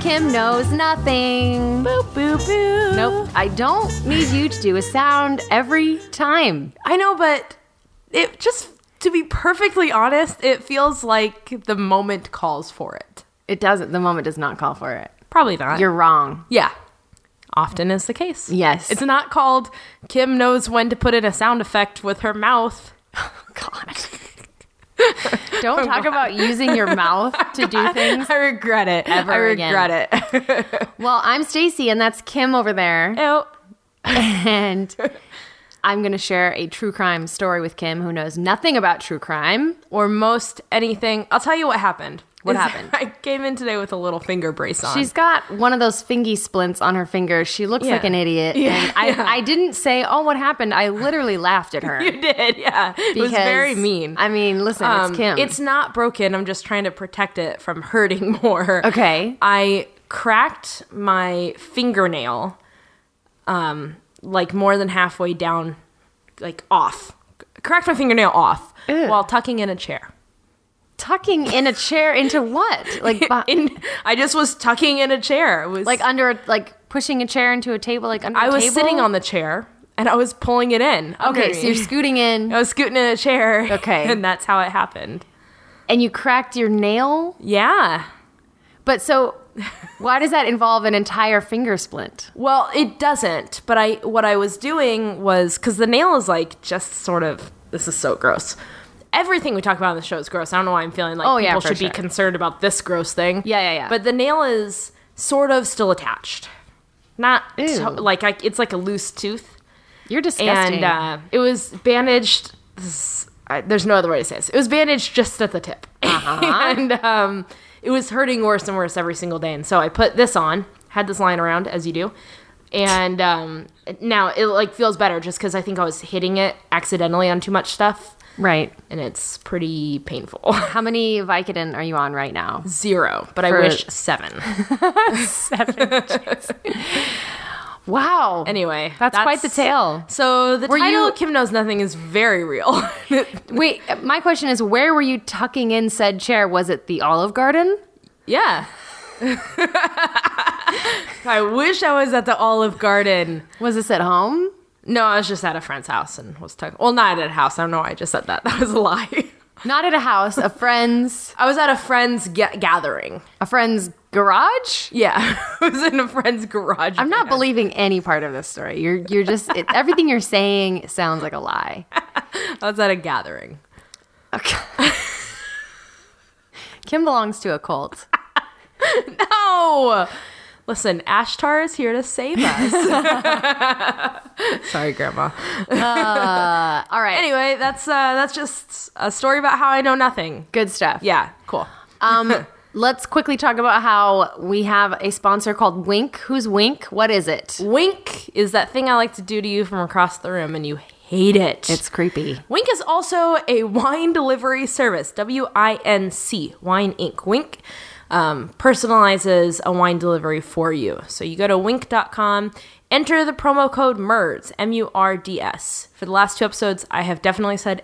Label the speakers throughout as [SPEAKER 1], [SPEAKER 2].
[SPEAKER 1] Kim knows nothing.
[SPEAKER 2] Boop, boop, boop.
[SPEAKER 1] Nope, I don't need you to do a sound every time.
[SPEAKER 2] I know, but it just, to be perfectly honest, it feels like the moment calls for it.
[SPEAKER 1] It doesn't. The moment does not call for it.
[SPEAKER 2] Probably not.
[SPEAKER 1] You're wrong.
[SPEAKER 2] yeah. Often is the case.
[SPEAKER 1] Yes.
[SPEAKER 2] It's not called Kim knows when to put in a sound effect with her mouth.
[SPEAKER 1] oh, God. Don't talk about using your mouth to do things.
[SPEAKER 2] I regret it.
[SPEAKER 1] Ever
[SPEAKER 2] I
[SPEAKER 1] again.
[SPEAKER 2] regret it.
[SPEAKER 1] Well, I'm Stacy and that's Kim over there.
[SPEAKER 2] Oh,
[SPEAKER 1] and I'm going to share a true crime story with Kim, who knows nothing about true crime.
[SPEAKER 2] or most anything. I'll tell you what happened.
[SPEAKER 1] What
[SPEAKER 2] Is
[SPEAKER 1] happened?
[SPEAKER 2] I came in today with a little finger brace on.
[SPEAKER 1] She's got one of those fingy splints on her finger. She looks
[SPEAKER 2] Yeah.
[SPEAKER 1] like an idiot.
[SPEAKER 2] Yeah.
[SPEAKER 1] And I, I didn't say, oh, what happened? I literally laughed at her.
[SPEAKER 2] you did, yeah. it was
[SPEAKER 1] because-
[SPEAKER 2] very mean.
[SPEAKER 1] I mean, listen,
[SPEAKER 2] Um,
[SPEAKER 1] it's Kim.
[SPEAKER 2] It's not broken. I'm just trying to protect it from hurting more.
[SPEAKER 1] Okay.
[SPEAKER 2] I cracked my fingernail, um, like more than halfway down, like off. Cracked my fingernail off
[SPEAKER 1] Ew.
[SPEAKER 2] while tucking in a chair.
[SPEAKER 1] tucking in a chair into what? Like, beh-
[SPEAKER 2] In, I just was tucking in a chair. It was
[SPEAKER 1] like under, a- like pushing a chair into a table. Like under
[SPEAKER 2] I
[SPEAKER 1] a
[SPEAKER 2] was
[SPEAKER 1] table?
[SPEAKER 2] sitting on the chair and I was pulling it in.
[SPEAKER 1] Okay,
[SPEAKER 2] under
[SPEAKER 1] so
[SPEAKER 2] me.
[SPEAKER 1] you're scooting in,
[SPEAKER 2] I was scooting in a chair.
[SPEAKER 1] Okay.
[SPEAKER 2] And that's how it happened.
[SPEAKER 1] and you cracked your nail.
[SPEAKER 2] Yeah.
[SPEAKER 1] But so, why does that involve an entire finger splint?
[SPEAKER 2] Well, it doesn't, but I what I was doing was cuz the nail is like just sort of this is so gross. Everything we talk about on the show is gross. I don't know why I'm feeling like
[SPEAKER 1] Oh, yeah,
[SPEAKER 2] people
[SPEAKER 1] for
[SPEAKER 2] should
[SPEAKER 1] sure.
[SPEAKER 2] be concerned about this gross thing.
[SPEAKER 1] Yeah, yeah, yeah.
[SPEAKER 2] But the nail is sort of still attached. Not
[SPEAKER 1] Ew.
[SPEAKER 2] to- like I, it's like a loose tooth.
[SPEAKER 1] You're disgusting.
[SPEAKER 2] and uh, it was bandaged. This, I, there's no other way to say this. It was bandaged just at the tip,
[SPEAKER 1] Uh-huh.
[SPEAKER 2] and um, it was hurting worse and worse every single day. And so I put this on, had this lying around as you do, and um, now it like feels better just because I think I was hitting it accidentally on too much stuff,
[SPEAKER 1] right.
[SPEAKER 2] and it's pretty painful.
[SPEAKER 1] How many Vicodin are you on right now?
[SPEAKER 2] Zero, but I
[SPEAKER 1] For-
[SPEAKER 2] wish seven.
[SPEAKER 1] Wow.
[SPEAKER 2] Anyway,
[SPEAKER 1] That's quite the tale.
[SPEAKER 2] So the
[SPEAKER 1] Were
[SPEAKER 2] title
[SPEAKER 1] you-
[SPEAKER 2] "Kim Knows Nothing" is very real.
[SPEAKER 1] Wait, my question is where were you tucking in said chair? Was it the Olive Garden?
[SPEAKER 2] Yeah. I wish I was at the Olive Garden.
[SPEAKER 1] Was this at home?
[SPEAKER 2] No, I was just at a friend's house and was talking. Well, not at a house. I don't know why I just said that. That was a lie.
[SPEAKER 1] Not at a house, a friend's,
[SPEAKER 2] I was at a friend's ga- gathering.
[SPEAKER 1] a friend's garage?
[SPEAKER 2] Yeah, I was in a friend's garage.
[SPEAKER 1] I'm not believing any part of this story. You're you're just it, everything you're saying sounds like a lie.
[SPEAKER 2] I was at a gathering.
[SPEAKER 1] Okay. Kim belongs to a cult.
[SPEAKER 2] No, listen, Ashtar is here to save us. Sorry, Grandma.
[SPEAKER 1] All right.
[SPEAKER 2] Anyway, that's uh, that's just a story about how I know nothing.
[SPEAKER 1] Good stuff.
[SPEAKER 2] Yeah, cool.
[SPEAKER 1] Um, let's quickly talk about how we have a sponsor called Wink. Who's Wink? What is it?
[SPEAKER 2] Wink is that thing I like to do to you from across the room, and you hate it.
[SPEAKER 1] It's creepy.
[SPEAKER 2] Wink is also a wine delivery service. W I N C, Wine Inc. Wink um, personalizes a wine delivery for you. So you go to wink.com, enter the promo code MERDS, M U R D S. For the last two episodes, I have definitely said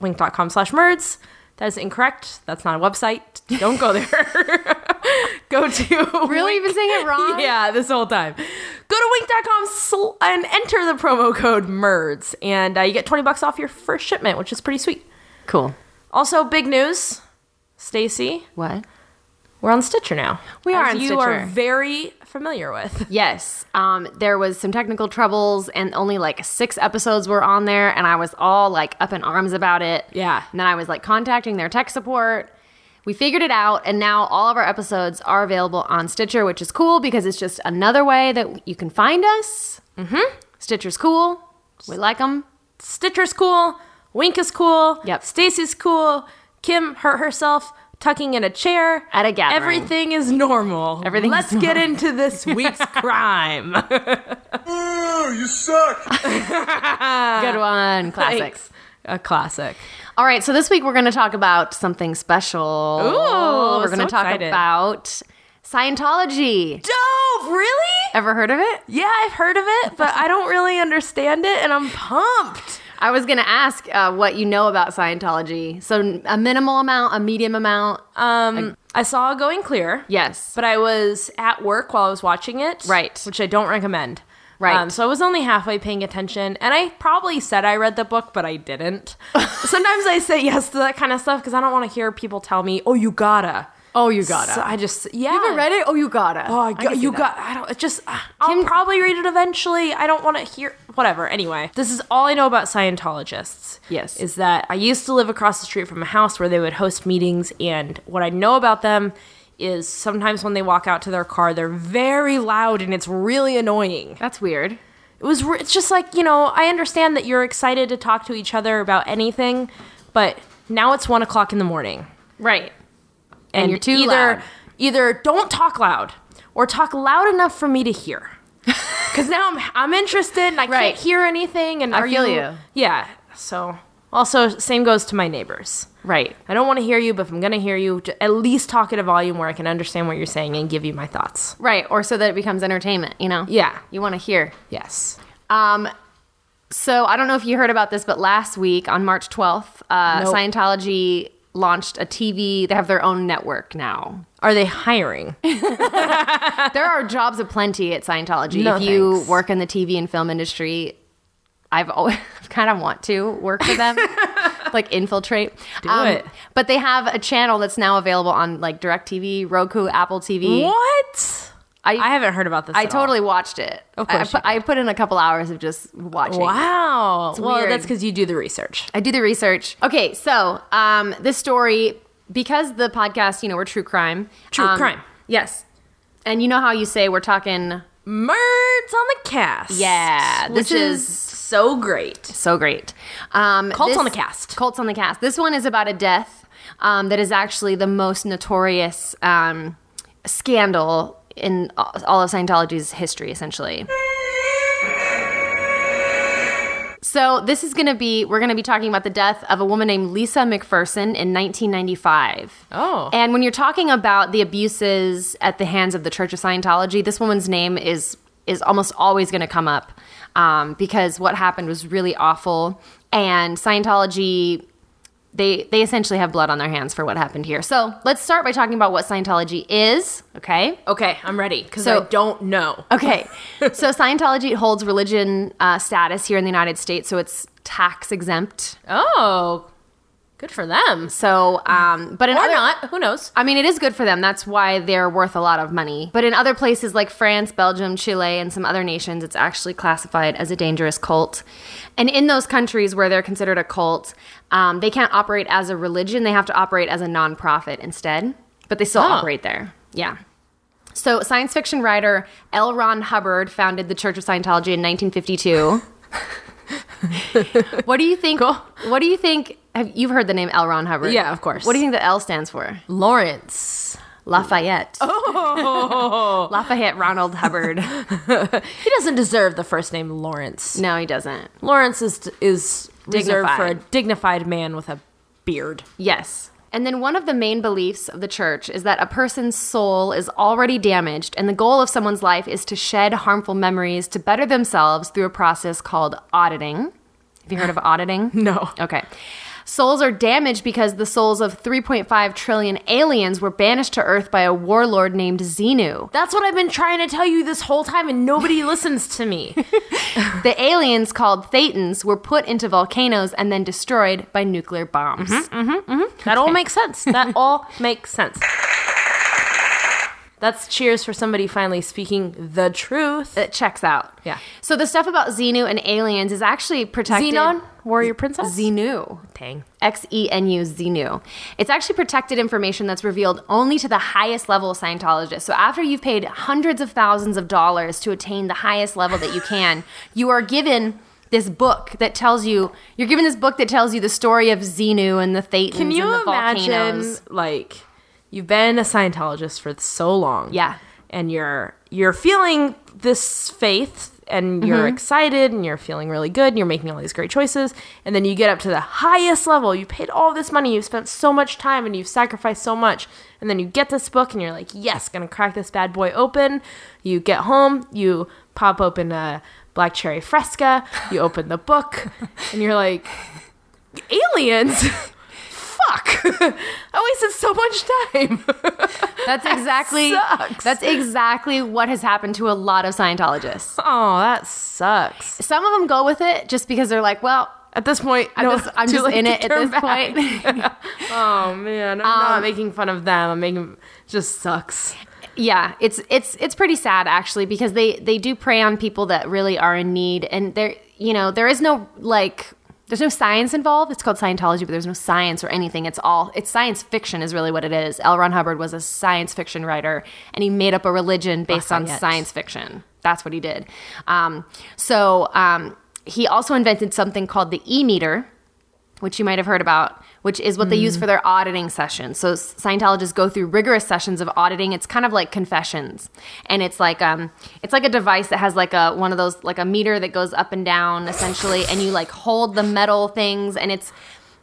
[SPEAKER 2] wink.com slash MERDS. That is incorrect. That's not a website. Don't go there. go to
[SPEAKER 1] Really? You've been saying it wrong?
[SPEAKER 2] yeah, this whole time. Go to wink.com sl- and enter the promo code MERDS, and uh, you get 20 bucks off your first shipment, which is pretty sweet.
[SPEAKER 1] Cool.
[SPEAKER 2] Also, big news, Stacy,
[SPEAKER 1] What?
[SPEAKER 2] we're on Stitcher now.
[SPEAKER 1] We are
[SPEAKER 2] As
[SPEAKER 1] on
[SPEAKER 2] you
[SPEAKER 1] Stitcher.
[SPEAKER 2] are very familiar with.
[SPEAKER 1] Yes. Um, there was some technical troubles and only like six episodes were on there and I was all like up in arms about it.
[SPEAKER 2] Yeah.
[SPEAKER 1] And then I was like contacting their tech support. We figured it out and now all of our episodes are available on Stitcher, which is cool because it's just another way that you can find us. Mm-hmm. Stitcher's cool. We like them.
[SPEAKER 2] Stitcher's cool. Wink is cool.
[SPEAKER 1] Yep.
[SPEAKER 2] Stacy's cool. Kim hurt herself tucking in a chair
[SPEAKER 1] At a gathering.
[SPEAKER 2] Everything is normal.
[SPEAKER 1] Everything is
[SPEAKER 2] Let's get into this week's crime.
[SPEAKER 3] Ooh, you suck!
[SPEAKER 1] Good one. Classic.
[SPEAKER 2] Thanks. A classic.
[SPEAKER 1] All right, so this week we're going to talk about something special.
[SPEAKER 2] Ooh,
[SPEAKER 1] we're going to
[SPEAKER 2] so
[SPEAKER 1] talk
[SPEAKER 2] excited.
[SPEAKER 1] about Scientology.
[SPEAKER 2] Dope, really?
[SPEAKER 1] Ever heard of it?
[SPEAKER 2] Yeah, I've heard of it, but I don't really understand it, and I'm pumped.
[SPEAKER 1] I was going to ask uh, what you know about Scientology. So a minimal amount, a medium amount. uh,
[SPEAKER 2] Um, I saw Going Clear.
[SPEAKER 1] yes.
[SPEAKER 2] But I was at work while I was watching it.
[SPEAKER 1] Right.
[SPEAKER 2] Which I don't recommend. Um,
[SPEAKER 1] Right.
[SPEAKER 2] so I was only halfway paying attention, and I probably said I read the book, but I didn't. Sometimes I say yes to that kind of stuff because I don't want to hear people tell me, "Oh, you gotta."
[SPEAKER 1] Oh, you gotta.
[SPEAKER 2] So I just yeah.
[SPEAKER 1] you haven't read it? Oh, you gotta.
[SPEAKER 2] Oh, I
[SPEAKER 1] can
[SPEAKER 2] got,
[SPEAKER 1] see
[SPEAKER 2] you
[SPEAKER 1] that.
[SPEAKER 2] got. I don't. It just. uh, I'll probably read it eventually. I don't want to hear whatever. Anyway, this is all I know about Scientologists.
[SPEAKER 1] Yes.
[SPEAKER 2] is that I used to live across the street from a house where they would host meetings, and what I know about them is sometimes when they walk out to their car, they're very loud and it's really annoying.
[SPEAKER 1] That's weird.
[SPEAKER 2] It was. re- It's just like you know. I understand that you're excited to talk to each other about anything, but now it's one o'clock in the morning
[SPEAKER 1] Right. And you're too
[SPEAKER 2] either
[SPEAKER 1] loud.
[SPEAKER 2] either don't talk loud or talk loud enough for me to hear. Because now I'm I'm interested and I
[SPEAKER 1] Right.
[SPEAKER 2] can't hear anything. And
[SPEAKER 1] I
[SPEAKER 2] are
[SPEAKER 1] feel you.
[SPEAKER 2] Yeah. So also same goes to my neighbors.
[SPEAKER 1] Right.
[SPEAKER 2] I don't want to hear you, but if I'm gonna hear you, j- at least talk at a volume where I can understand what you're saying and give you my thoughts.
[SPEAKER 1] Right. Or so that it becomes entertainment, you know?
[SPEAKER 2] Yeah.
[SPEAKER 1] You want to hear.
[SPEAKER 2] Yes.
[SPEAKER 1] Um, so I don't know if you heard about this, but last week on March 12th, uh,
[SPEAKER 2] Nope.
[SPEAKER 1] Scientology launched a TV. They have their own network now.
[SPEAKER 2] Are they hiring?
[SPEAKER 1] there are jobs aplenty at Scientology.
[SPEAKER 2] No,
[SPEAKER 1] if you
[SPEAKER 2] thanks.
[SPEAKER 1] work in the TV and film industry, I've always kind of want to work for them, like infiltrate. Do
[SPEAKER 2] it.
[SPEAKER 1] But they have a channel that's now available on like DirecTV, Roku, Apple TV.
[SPEAKER 2] What? I, haven't heard about this.
[SPEAKER 1] I
[SPEAKER 2] at all.
[SPEAKER 1] totally watched it.
[SPEAKER 2] Of
[SPEAKER 1] I- I,
[SPEAKER 2] course you
[SPEAKER 1] put, I put in a couple hours of just watching.
[SPEAKER 2] Wow. well,
[SPEAKER 1] weird.
[SPEAKER 2] that's because you do the research.
[SPEAKER 1] I do the research. Okay, so um, this story, because the podcast, you know, we're true crime.
[SPEAKER 2] True
[SPEAKER 1] um,
[SPEAKER 2] crime.
[SPEAKER 1] Yes. And you know how you say we're talking
[SPEAKER 2] Merds on the cast.
[SPEAKER 1] Yeah,
[SPEAKER 2] Which
[SPEAKER 1] this
[SPEAKER 2] is,
[SPEAKER 1] is-
[SPEAKER 2] so great.
[SPEAKER 1] so great. Um,
[SPEAKER 2] Cults on the cast.
[SPEAKER 1] Cults on the cast. This one is about a death um, that is actually the most notorious um, scandal in all of Scientology's history, essentially. So this is going to be we're going to be talking about the death of a woman named Lisa McPherson in 1995.
[SPEAKER 2] Oh.
[SPEAKER 1] And when you're talking about the abuses at the hands of the Church of Scientology, this woman's name is is almost always going to come up um, because what happened was really awful, and Scientology. They, they essentially have blood on their hands for what happened here. So let's start by talking about what Scientology is, okay?
[SPEAKER 2] Okay, I'm ready because
[SPEAKER 1] So-
[SPEAKER 2] I don't know.
[SPEAKER 1] Okay. so Scientology holds religion uh, status here in the United States, so it's tax exempt.
[SPEAKER 2] Oh, good for them.
[SPEAKER 1] So, um, but in
[SPEAKER 2] Or
[SPEAKER 1] other,
[SPEAKER 2] not? Who knows?
[SPEAKER 1] I mean, it is good for them. That's why they're worth a lot of money. But in other places like France, Belgium, Chile, and some other nations, it's actually classified as a dangerous cult. And in those countries where they're considered a cult, um, they can't operate as a religion. They have to operate as a nonprofit instead. But they still
[SPEAKER 2] Oh.
[SPEAKER 1] operate there. Yeah. So, science fiction writer L. Ron Hubbard founded the Church of Scientology in 1952. what do you think? What do you think? Have, you've heard the name L. Ron Hubbard?
[SPEAKER 2] Yeah, of course.
[SPEAKER 1] What do you think the L stands for?
[SPEAKER 2] Lawrence.
[SPEAKER 1] Lafayette. Lafayette Ronald Hubbard.
[SPEAKER 2] He doesn't deserve the first name Lawrence.
[SPEAKER 1] no, he doesn't.
[SPEAKER 2] Lawrence is is reserved for a
[SPEAKER 1] Dignified.
[SPEAKER 2] dignified man with a beard.
[SPEAKER 1] Yes. And then one of the main beliefs of the church is that a person's soul is already damaged, and the goal of someone's life is to shed harmful memories to better themselves through a process called auditing. Have you heard of auditing?
[SPEAKER 2] No.
[SPEAKER 1] Okay. Souls are damaged because the souls of 3.5 trillion aliens were banished to Earth by a warlord named Xenu.
[SPEAKER 2] That's what I've been trying to tell you this whole time, and nobody listens to me.
[SPEAKER 1] The aliens called Thetans were put into volcanoes and then destroyed by nuclear bombs.
[SPEAKER 2] Mm-hmm. That all makes sense. That all makes sense. That's cheers for somebody finally speaking the truth.
[SPEAKER 1] It checks out.
[SPEAKER 2] Yeah.
[SPEAKER 1] So the stuff about Xenu and aliens is actually protected.
[SPEAKER 2] Xenon, warrior princess.
[SPEAKER 1] Xenu.
[SPEAKER 2] Dang.
[SPEAKER 1] X E N U Xenu. It's actually protected information that's revealed only to the highest level of Scientologists. So after you've paid hundreds of thousands of dollars to attain the highest level that you can, you are given this book that tells you you're given this book that tells you the story of Xenu and the Thetans
[SPEAKER 2] Can
[SPEAKER 1] and
[SPEAKER 2] you
[SPEAKER 1] the
[SPEAKER 2] imagine,
[SPEAKER 1] volcanoes.
[SPEAKER 2] like, you've been a Scientologist for so long,
[SPEAKER 1] Yeah.
[SPEAKER 2] and you're you're feeling this faith, and you're
[SPEAKER 1] Mm-hmm.
[SPEAKER 2] excited, and you're feeling really good, and you're making all these great choices, and then you get up to the highest level. You paid all this money, you've spent so much time, and you've sacrificed so much, and then you get this book, and you're like, yes, gonna crack this bad boy open. You get home, you pop open a Black Cherry Fresca. You open the book and you're like, aliens? Fuck. I wasted so much time.
[SPEAKER 1] That's exactly
[SPEAKER 2] sucks.
[SPEAKER 1] that's exactly what has happened to a lot of Scientologists.
[SPEAKER 2] oh, that sucks.
[SPEAKER 1] Some of them go with it just because they're like, well,
[SPEAKER 2] At this point,
[SPEAKER 1] I'm
[SPEAKER 2] no,
[SPEAKER 1] just, I'm
[SPEAKER 2] too
[SPEAKER 1] just
[SPEAKER 2] late
[SPEAKER 1] in
[SPEAKER 2] to
[SPEAKER 1] it at
[SPEAKER 2] turn
[SPEAKER 1] this
[SPEAKER 2] back.
[SPEAKER 1] point. Um,
[SPEAKER 2] Oh man, I'm not making fun of them. I'm making just sucks.
[SPEAKER 1] Yeah, it's it's it's pretty sad actually because they they do prey on people that really are in need and there you know there is no like there's no science involved. It's called Scientology, but there's no science or anything. It's all it's science fiction is really what it is. L. Ron Hubbard was a science fiction writer and he made up a religion based on
[SPEAKER 2] Lafayette.
[SPEAKER 1] science fiction. That's what he did. Um, so um, he also invented something called the E meter which you might have heard about, which is what they use for their auditing sessions. So s- Scientologists go through rigorous sessions of auditing. It's kind of like confessions, and it's like um, it's like a device that has like a one of those like a meter that goes up and down essentially, and you like hold the metal things, and it's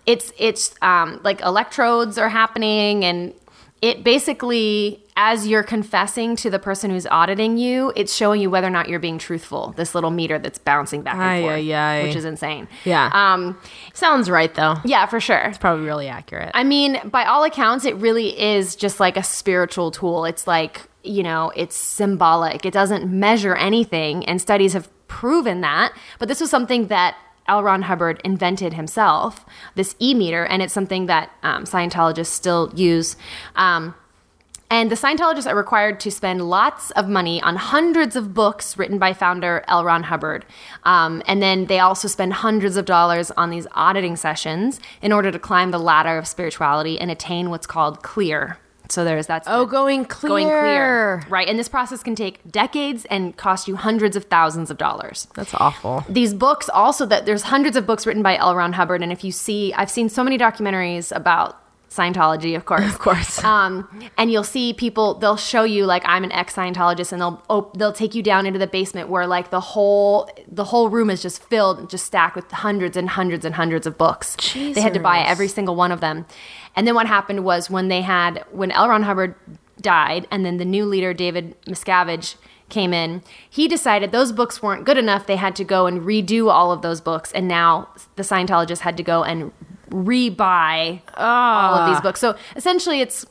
[SPEAKER 1] it's it's um, like electrodes are happening, and it basically as you're confessing to the person who's auditing you, it's showing you whether or not you're being truthful. This little meter that's bouncing back and
[SPEAKER 2] Ay,
[SPEAKER 1] forth,
[SPEAKER 2] ay, ay.
[SPEAKER 1] which is insane.
[SPEAKER 2] Yeah.
[SPEAKER 1] Um,
[SPEAKER 2] Sounds right though.
[SPEAKER 1] yeah, for sure.
[SPEAKER 2] Probably really accurate.
[SPEAKER 1] I mean, by all accounts, it really is just like a spiritual tool. It's like, you know, it's symbolic, it doesn't measure anything. And studies have proven that. But this was something that L. Ron Hubbard invented himself, this e meter, and it's something that um, Scientologists still use. Um, and the Scientologists are required to spend lots of money on hundreds of books written by founder L. Ron Hubbard. Um, and then they also spend hundreds of dollars on these auditing sessions in order to climb the ladder of spirituality and attain what's called clear. So there's that's
[SPEAKER 2] oh,
[SPEAKER 1] the-
[SPEAKER 2] going clear.
[SPEAKER 1] going clear. Right. And this process can take decades and cost you hundreds of thousands of dollars
[SPEAKER 2] That's awful.
[SPEAKER 1] these books also that there's hundreds of books written by L. Ron Hubbard, and if you see, I've seen so many documentaries about Scientology, of course, of
[SPEAKER 2] course.
[SPEAKER 1] um, and you'll see people. They'll show you like I'm an ex Scientologist, and they'll op- they'll take you down into the basement where like the whole the whole room is just filled, just stacked with hundreds and hundreds and hundreds of books. They had to buy
[SPEAKER 2] Jesus.
[SPEAKER 1] every single one of them. And then what happened was when they had when L. Ron Hubbard died, and then the new leader David Miscavige came in, he decided those books weren't good enough. They had to go and redo all of those books, and now the Scientologists had to go and rebuy all of these books. So essentially, it's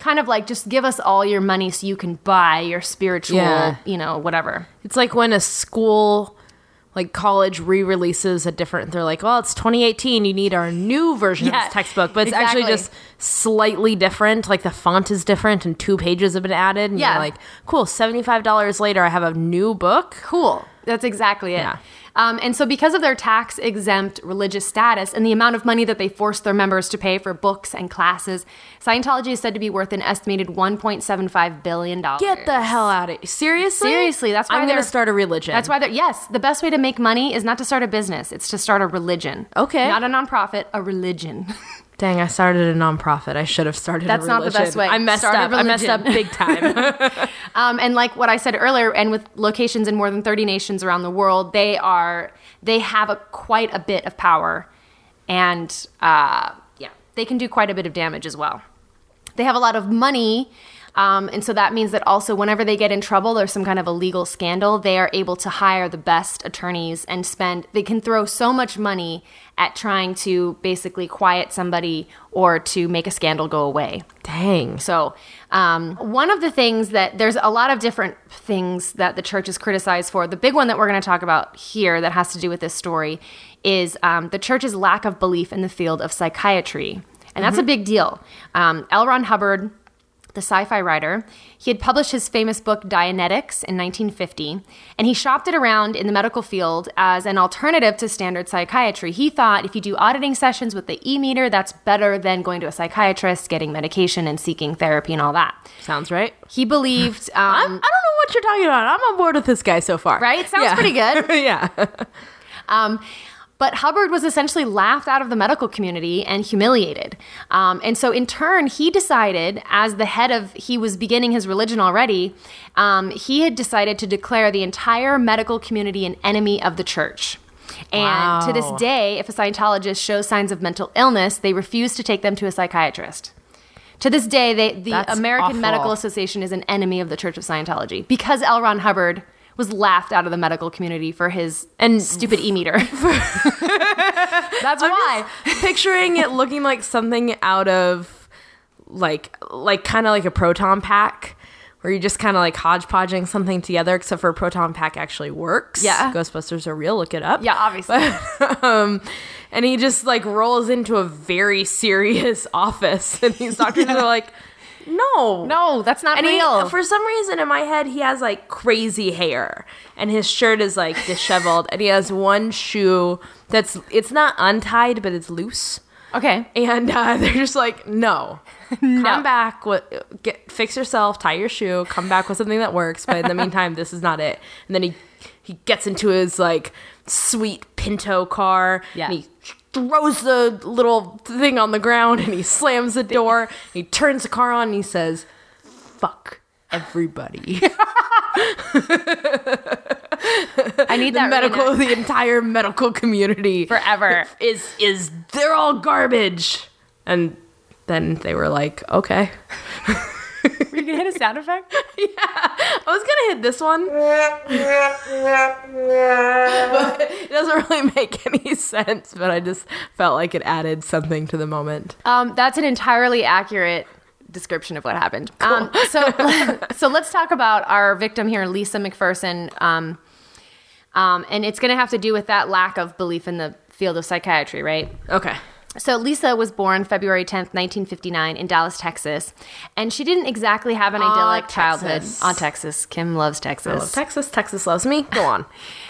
[SPEAKER 1] kind of like just give us all your money so you can buy your spiritual,
[SPEAKER 2] Yeah.
[SPEAKER 1] you know, whatever.
[SPEAKER 2] It's like when a school, like college, re-releases a different. They're like, well, it's 2018. You need our new version of
[SPEAKER 1] Yeah,
[SPEAKER 2] this textbook, but it's actually
[SPEAKER 1] exactly.
[SPEAKER 2] just slightly different. Like the font is different, and two pages have been added. And
[SPEAKER 1] Yeah.
[SPEAKER 2] you're like, cool. Seventy-five dollars later, I have a new book.
[SPEAKER 1] Cool. That's exactly it.
[SPEAKER 2] Yeah.
[SPEAKER 1] Um, and so, because of their tax exempt religious status and the amount of money that they force their members to pay for books and classes, Scientology is said to be worth an estimated $1.75 billion.
[SPEAKER 2] Get the hell out of seriously.
[SPEAKER 1] Seriously, that's why
[SPEAKER 2] I'm going
[SPEAKER 1] they're-
[SPEAKER 2] to start a religion.
[SPEAKER 1] That's why they're, yes, the best way to make money is not to start a business, it's to start a religion.
[SPEAKER 2] Okay.
[SPEAKER 1] Not a nonprofit, a religion.
[SPEAKER 2] Dang, I started a nonprofit. I should have started.
[SPEAKER 1] That's
[SPEAKER 2] a
[SPEAKER 1] not the
[SPEAKER 2] religion.
[SPEAKER 1] best way.
[SPEAKER 2] I messed
[SPEAKER 1] Start a
[SPEAKER 2] up. I messed
[SPEAKER 1] religion.
[SPEAKER 2] up big time.
[SPEAKER 1] Um, and like what I said earlier, and with locations in more than 30 nations around the world, they are they have a quite a bit of power, and uh, yeah, they can do quite a bit of damage as well. They have a lot of money. Um, and so that means that also, whenever they get in trouble or some kind of a legal scandal, they are able to hire the best attorneys and spend, they can throw so much money at trying to basically quiet somebody or to make a scandal go away.
[SPEAKER 2] Dang.
[SPEAKER 1] So, um, one of the things that there's a lot of different things that the church is criticized for. The big one that we're going to talk about here that has to do with this story is um, the church's lack of belief in the field of psychiatry. And that's a big deal. Um, L. Ron Hubbard, the sci fi writer, he had published his famous book Dianetics in 1950, and he shopped it around in the medical field as an alternative to standard psychiatry. He thought if you do auditing sessions with the e meter, that's better than going to a psychiatrist, getting medication, and seeking therapy and all that.
[SPEAKER 2] Sounds right.
[SPEAKER 1] He believed.
[SPEAKER 2] I'm, I don't
[SPEAKER 1] Um,
[SPEAKER 2] know what you're talking about. I'm on board with this guy so far.
[SPEAKER 1] Right? Sounds
[SPEAKER 2] Yeah.
[SPEAKER 1] pretty good.
[SPEAKER 2] yeah.
[SPEAKER 1] Um, but Hubbard was essentially laughed out of the medical community and humiliated. Um, and so, in turn, he decided, as the head of, he was beginning his religion already, um, he had decided to declare the entire medical community an enemy of the church. And to this
[SPEAKER 2] Wow.
[SPEAKER 1] day, if a Scientologist shows signs of mental illness, they refuse to take them to a psychiatrist. To this day, they, the
[SPEAKER 2] That's
[SPEAKER 1] American
[SPEAKER 2] awful.
[SPEAKER 1] Medical Association is an enemy of the Church of Scientology because L. Ron Hubbard was laughed out of the medical community for his
[SPEAKER 2] And
[SPEAKER 1] stupid e meter. That's why.
[SPEAKER 2] picturing it looking like something out of like like kind of like a proton pack where you're just kind of like hodgepodging something together except for a proton pack actually works
[SPEAKER 1] Yeah.
[SPEAKER 2] ghostbusters are real look it up
[SPEAKER 1] Yeah, obviously.
[SPEAKER 2] um, and he just like rolls into a very serious office and these doctors are like no
[SPEAKER 1] no, that's not
[SPEAKER 2] and he,
[SPEAKER 1] real.
[SPEAKER 2] for some reason in my head he has like crazy hair and his shirt is like disheveled and he has one shoe that's it's not untied but it's loose
[SPEAKER 1] okay.
[SPEAKER 2] and uh, they're just like, no, come back, with, get fix yourself, tie your shoe, come back with something that works. But in the meantime, this is not it. And then he he gets into his like sweet Pinto car.
[SPEAKER 1] Yeah.
[SPEAKER 2] And he throws the little thing on the ground and he slams the door. he turns the car on and he says, "Fuck." Everybody,
[SPEAKER 1] I need that
[SPEAKER 2] medical,
[SPEAKER 1] medical
[SPEAKER 2] the entire medical community
[SPEAKER 1] forever.
[SPEAKER 2] is is they're all garbage. And then they were like, okay.
[SPEAKER 1] Were you gonna hit a sound effect?
[SPEAKER 2] I was gonna hit this one. It doesn't really make any sense, but I just felt like it added something to the moment.
[SPEAKER 1] Um, that's an entirely accurate description of what happened. Um, so, so let's talk about our victim here, Lisa McPherson. Um, um, and it's going to have to do with that lack of belief in the field of psychiatry, right?
[SPEAKER 2] Okay.
[SPEAKER 1] So Lisa was born February 10th, 1959 in Dallas, Texas, and she didn't exactly have an idyllic childhood.
[SPEAKER 2] Texas.
[SPEAKER 1] On Texas. Kim loves Texas.
[SPEAKER 2] I love Texas. Texas loves me. Go on.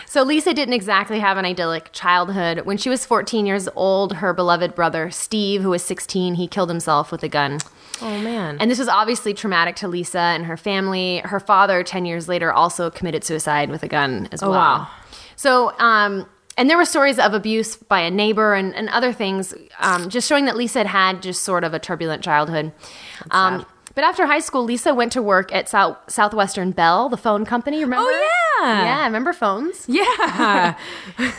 [SPEAKER 1] So Lisa didn't exactly have an idyllic childhood. When she was 14 years old, her beloved brother Steve, who was 16, he killed himself with a gun.
[SPEAKER 2] Oh man.
[SPEAKER 1] And this was obviously traumatic to Lisa and her family. Her father, 10 years later, also committed suicide with a gun as well.
[SPEAKER 2] Oh, wow.
[SPEAKER 1] So, um, and there were stories of abuse by a neighbor and, and other things, um, just showing that Lisa had had just sort of a turbulent childhood. Um, but after high school, Lisa went to work at South, Southwestern Bell, the phone company. Remember?
[SPEAKER 2] oh, yeah.
[SPEAKER 1] Yeah, remember phones?
[SPEAKER 2] yeah.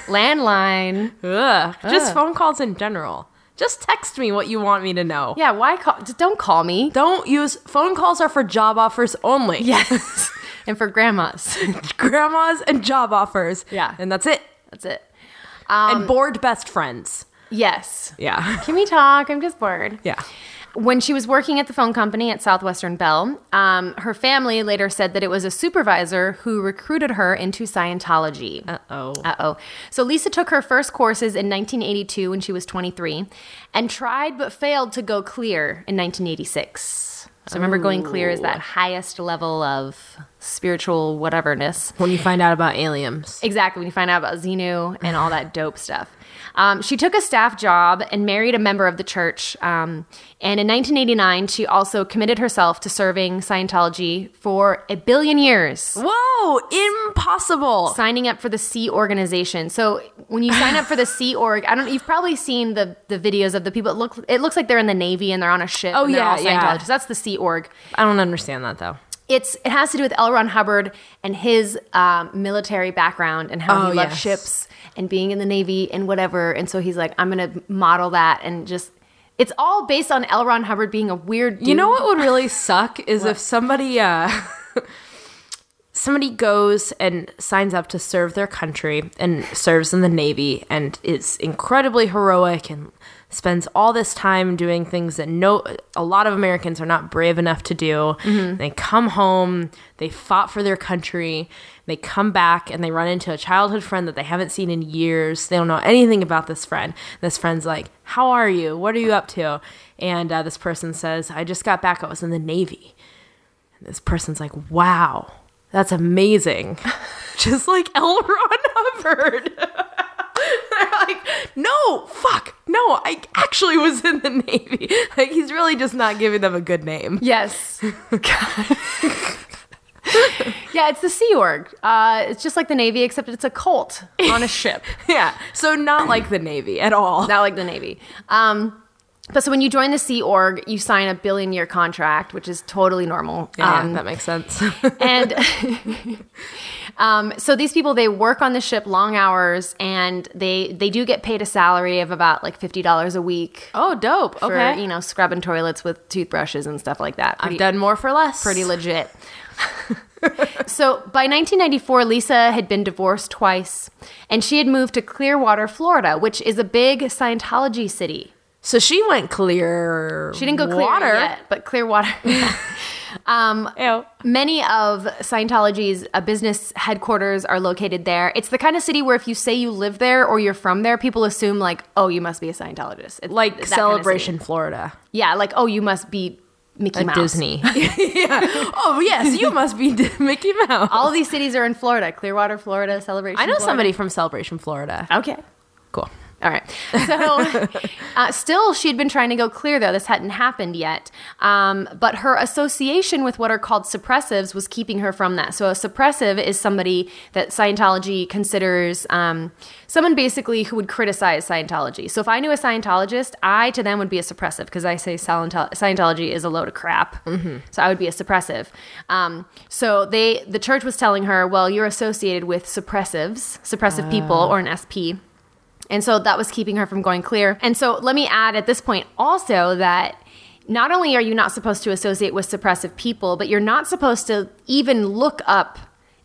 [SPEAKER 1] Landline.
[SPEAKER 2] Ugh. Just phone calls in general. Just text me what you want me to know.
[SPEAKER 1] Yeah, why call? Just don't call me.
[SPEAKER 2] Don't use phone calls are for job offers only.
[SPEAKER 1] Yes. and for grandmas.
[SPEAKER 2] Grandmas and job offers.
[SPEAKER 1] Yeah.
[SPEAKER 2] And that's it.
[SPEAKER 1] That's it.
[SPEAKER 2] and bored best friends.
[SPEAKER 1] Yes.
[SPEAKER 2] Um, Yeah.
[SPEAKER 1] Can we talk? I'm just bored.
[SPEAKER 2] Yeah.
[SPEAKER 1] When she was working at the phone company at Southwestern Bell, um, her family later said that it was a supervisor who recruited her into Scientology. Uh
[SPEAKER 2] oh.
[SPEAKER 1] oh. So Lisa took her first courses in 1982 when she was 23 and tried but failed to go clear in 1986. So remember, going clear is that highest level of spiritual whateverness.
[SPEAKER 2] When you find out about aliens.
[SPEAKER 1] Exactly. When you find out about Xenu and all that dope stuff. Um, she took a staff job and married a member of the church. Um, and in 1989, she also committed herself to serving Scientology for a billion years,
[SPEAKER 2] Whoa, impossible.
[SPEAKER 1] signing up for the C organization. So when you sign up for the C org, I don't. You've probably seen the the videos of the people. It look it looks like they're in the navy and they're on a ship.
[SPEAKER 2] Oh,
[SPEAKER 1] and they're
[SPEAKER 2] yeah,
[SPEAKER 1] all
[SPEAKER 2] yeah.
[SPEAKER 1] Scientologists. That's the C org.
[SPEAKER 2] I don't understand that though.
[SPEAKER 1] it's it has to do with L. Ron Hubbard and his um, military background and how
[SPEAKER 2] Oh,
[SPEAKER 1] he loved
[SPEAKER 2] yes.
[SPEAKER 1] ships and being in the Navy and whatever. And so he's like, I'm gonna model that and just. It's all based on L. Ron Hubbard being a weird. Dude.
[SPEAKER 2] You know what would really suck is if somebody uh somebody goes and signs up to serve their country and serves in the navy and is incredibly heroic and spends all this time doing things that no a lot of Americans are not brave enough to do. They come home, they fought for their country, they come back and they run into a childhood friend that they haven't seen in years. They don't know anything about this friend. This friend's like, "How are you? What are you up to?" And uh, this person says, "I just got back. I was in the navy." this person's like, wow, that's amazing. Just like L. Ron Hubbard. They're like, no, fuck, no, I actually was in the Navy. Like, he's really just not giving them a good name.
[SPEAKER 1] Yes. yeah, it's the Sea Org. Uh, it's just like the Navy, except it's a cult on a ship.
[SPEAKER 2] Yeah, so not like the Navy at all.
[SPEAKER 1] not like the Navy. Um, but so when you join the Sea Org, you sign a billion year contract, which is totally normal.
[SPEAKER 2] Yeah,
[SPEAKER 1] Um,
[SPEAKER 2] that makes sense.
[SPEAKER 1] and um, so these people they work on the ship long hours and they they do get paid a salary of about like $50 a week
[SPEAKER 2] oh, dope.
[SPEAKER 1] for you know scrubbing toilets with toothbrushes and stuff like that pretty,
[SPEAKER 2] I've done more for less.
[SPEAKER 1] pretty legit So by 1994, Lisa had been divorced twice, and she had moved to Clearwater, Florida, which is a big Scientology city.
[SPEAKER 2] So she went clear.
[SPEAKER 1] She didn't go clear
[SPEAKER 2] water.
[SPEAKER 1] yet, but Clearwater. um,
[SPEAKER 2] Ew.
[SPEAKER 1] Many of Scientology's uh, business headquarters are located there. It's the kind of city where if you say you live there or you're from there, people assume like, oh, you must be a Scientologist. It's
[SPEAKER 2] Like
[SPEAKER 1] that kind of
[SPEAKER 2] Celebration,
[SPEAKER 1] city.
[SPEAKER 2] Florida,
[SPEAKER 1] yeah, like oh, you must be Mickey
[SPEAKER 2] at
[SPEAKER 1] Mouse.
[SPEAKER 2] Disney. yeah. Oh yes, you must be Mickey Mouse.
[SPEAKER 1] All of these cities are in Florida: Clearwater, Florida, Celebration.
[SPEAKER 2] I know
[SPEAKER 1] Florida.
[SPEAKER 2] somebody from Celebration, Florida.
[SPEAKER 1] Okay.
[SPEAKER 2] Cool.
[SPEAKER 1] All right. So, uh, still, she had been trying to go clear, though. This hadn't happened yet. Um, but her association with what are called suppressives was keeping her from that. So, a suppressive is somebody that Scientology considers um, someone basically who would criticize Scientology. So, if I knew a Scientologist, I to them would be a suppressive because I say Scientol- Scientology is a load of crap. So, I would be a suppressive. Um, so, they the church was telling her, well, you're associated with suppressives, suppressive people, or an SP. And so that was keeping her from going clear. And so let me add at this point also that not only are you not supposed to associate with suppressive people, but you're not supposed to even look up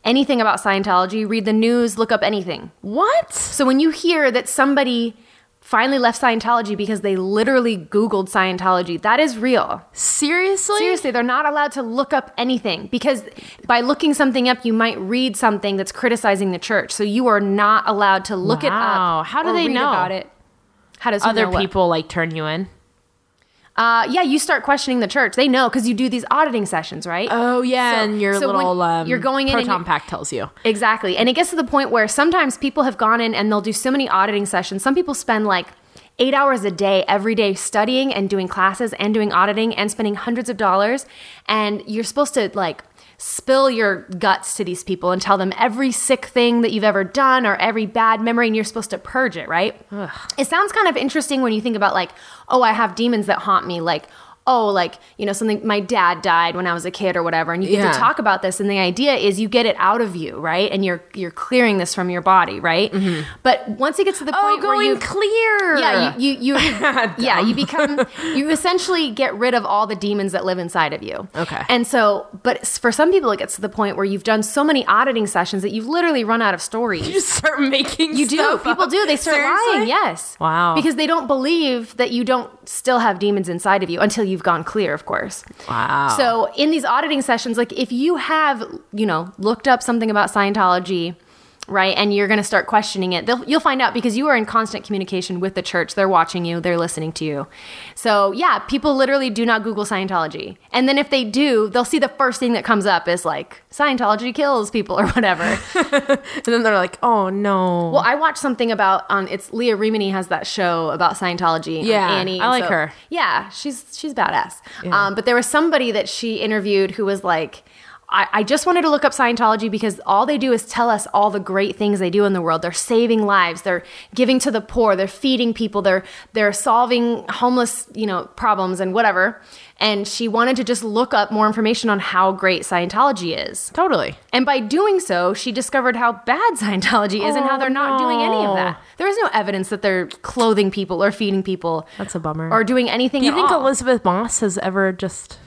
[SPEAKER 1] anything about Scientology, read the news, look up anything.
[SPEAKER 2] What?
[SPEAKER 1] So when you hear that somebody finally left Scientology because they literally Googled Scientology, that is real.
[SPEAKER 2] Seriously?
[SPEAKER 1] Seriously, they're not allowed to look up anything because by looking something up, you might read something that's criticizing the church. So you are not allowed to look it
[SPEAKER 2] Wow.
[SPEAKER 1] up.
[SPEAKER 2] How do
[SPEAKER 1] or
[SPEAKER 2] they
[SPEAKER 1] read
[SPEAKER 2] know?
[SPEAKER 1] about it? How does who
[SPEAKER 2] Other
[SPEAKER 1] know what?
[SPEAKER 2] people like turn you in.
[SPEAKER 1] Uh, yeah, you start questioning the church. They know because you do these auditing sessions, right?
[SPEAKER 2] Oh yeah,
[SPEAKER 1] So-
[SPEAKER 2] and your
[SPEAKER 1] so when
[SPEAKER 2] little um,
[SPEAKER 1] you're going in and
[SPEAKER 2] proton
[SPEAKER 1] you-
[SPEAKER 2] pack tells you.
[SPEAKER 1] Exactly. And it gets to the point where sometimes people have gone in and they'll do so many auditing sessions. Some people spend like eight hours a day, every day, studying and doing classes and doing auditing and spending hundreds of dollars. And you're supposed to like spill your guts to these people and tell them every sick thing that you've ever done or every bad memory and you're supposed to purge it, right? It sounds kind of interesting when you think about like, oh, I have demons that haunt me. Like, oh, like, you know, something my dad died when I was a kid or whatever. And you get
[SPEAKER 2] Yeah.
[SPEAKER 1] to talk about this and the idea is you get it out of you right and you're you're clearing this from your body right but once it gets to the
[SPEAKER 2] Mm-hmm. Oh,
[SPEAKER 1] point where
[SPEAKER 2] going
[SPEAKER 1] you
[SPEAKER 2] clear.
[SPEAKER 1] yeah you you, you yeah you become you essentially get rid of all the demons that live inside of you
[SPEAKER 2] Okay.
[SPEAKER 1] and so but s- for some people it gets to the point where you've done so many auditing sessions that you've literally run out of stories
[SPEAKER 2] You just start making.
[SPEAKER 1] you do
[SPEAKER 2] stuff
[SPEAKER 1] people
[SPEAKER 2] up.
[SPEAKER 1] do they start
[SPEAKER 2] Seriously?
[SPEAKER 1] lying yes
[SPEAKER 2] Wow.
[SPEAKER 1] because they don't believe that you don't still have demons inside of you until you've gone clear of course
[SPEAKER 2] Wow.
[SPEAKER 1] so in these auditing sessions, like if you have, you know, looked up something about Scientology, right, and you're going to start questioning it, they'll, you'll find out because you are in constant communication with the church. They're watching you, they're listening to you. So yeah, people literally do not Google Scientology, and then if they do, they'll see the first thing that comes up is like Scientology kills people or whatever.
[SPEAKER 2] and then they're like, oh no.
[SPEAKER 1] Well, I watched something about um, it's Leah Remini has that show about Scientology. on
[SPEAKER 2] Yeah,
[SPEAKER 1] Annie.
[SPEAKER 2] I
[SPEAKER 1] and
[SPEAKER 2] like her.
[SPEAKER 1] Yeah, she's she's badass. Um, but there was somebody that she interviewed who was like. I I just wanted to look up Scientology because all they do is tell us all the great things they do in the world. They're saving lives, they're giving to the poor, they're feeding people, they're they're solving homeless, you know, problems and whatever. And she wanted to just look up more information on how great Scientology is.
[SPEAKER 2] totally.
[SPEAKER 1] And by doing so, she discovered how bad Scientology is and how
[SPEAKER 2] Oh,
[SPEAKER 1] they're not doing any of
[SPEAKER 2] no.
[SPEAKER 1] that. There is no evidence that they're clothing people or feeding people.
[SPEAKER 2] That's a bummer.
[SPEAKER 1] Or doing anything.
[SPEAKER 2] Do you
[SPEAKER 1] at
[SPEAKER 2] think
[SPEAKER 1] all.
[SPEAKER 2] Elizabeth Moss has ever just?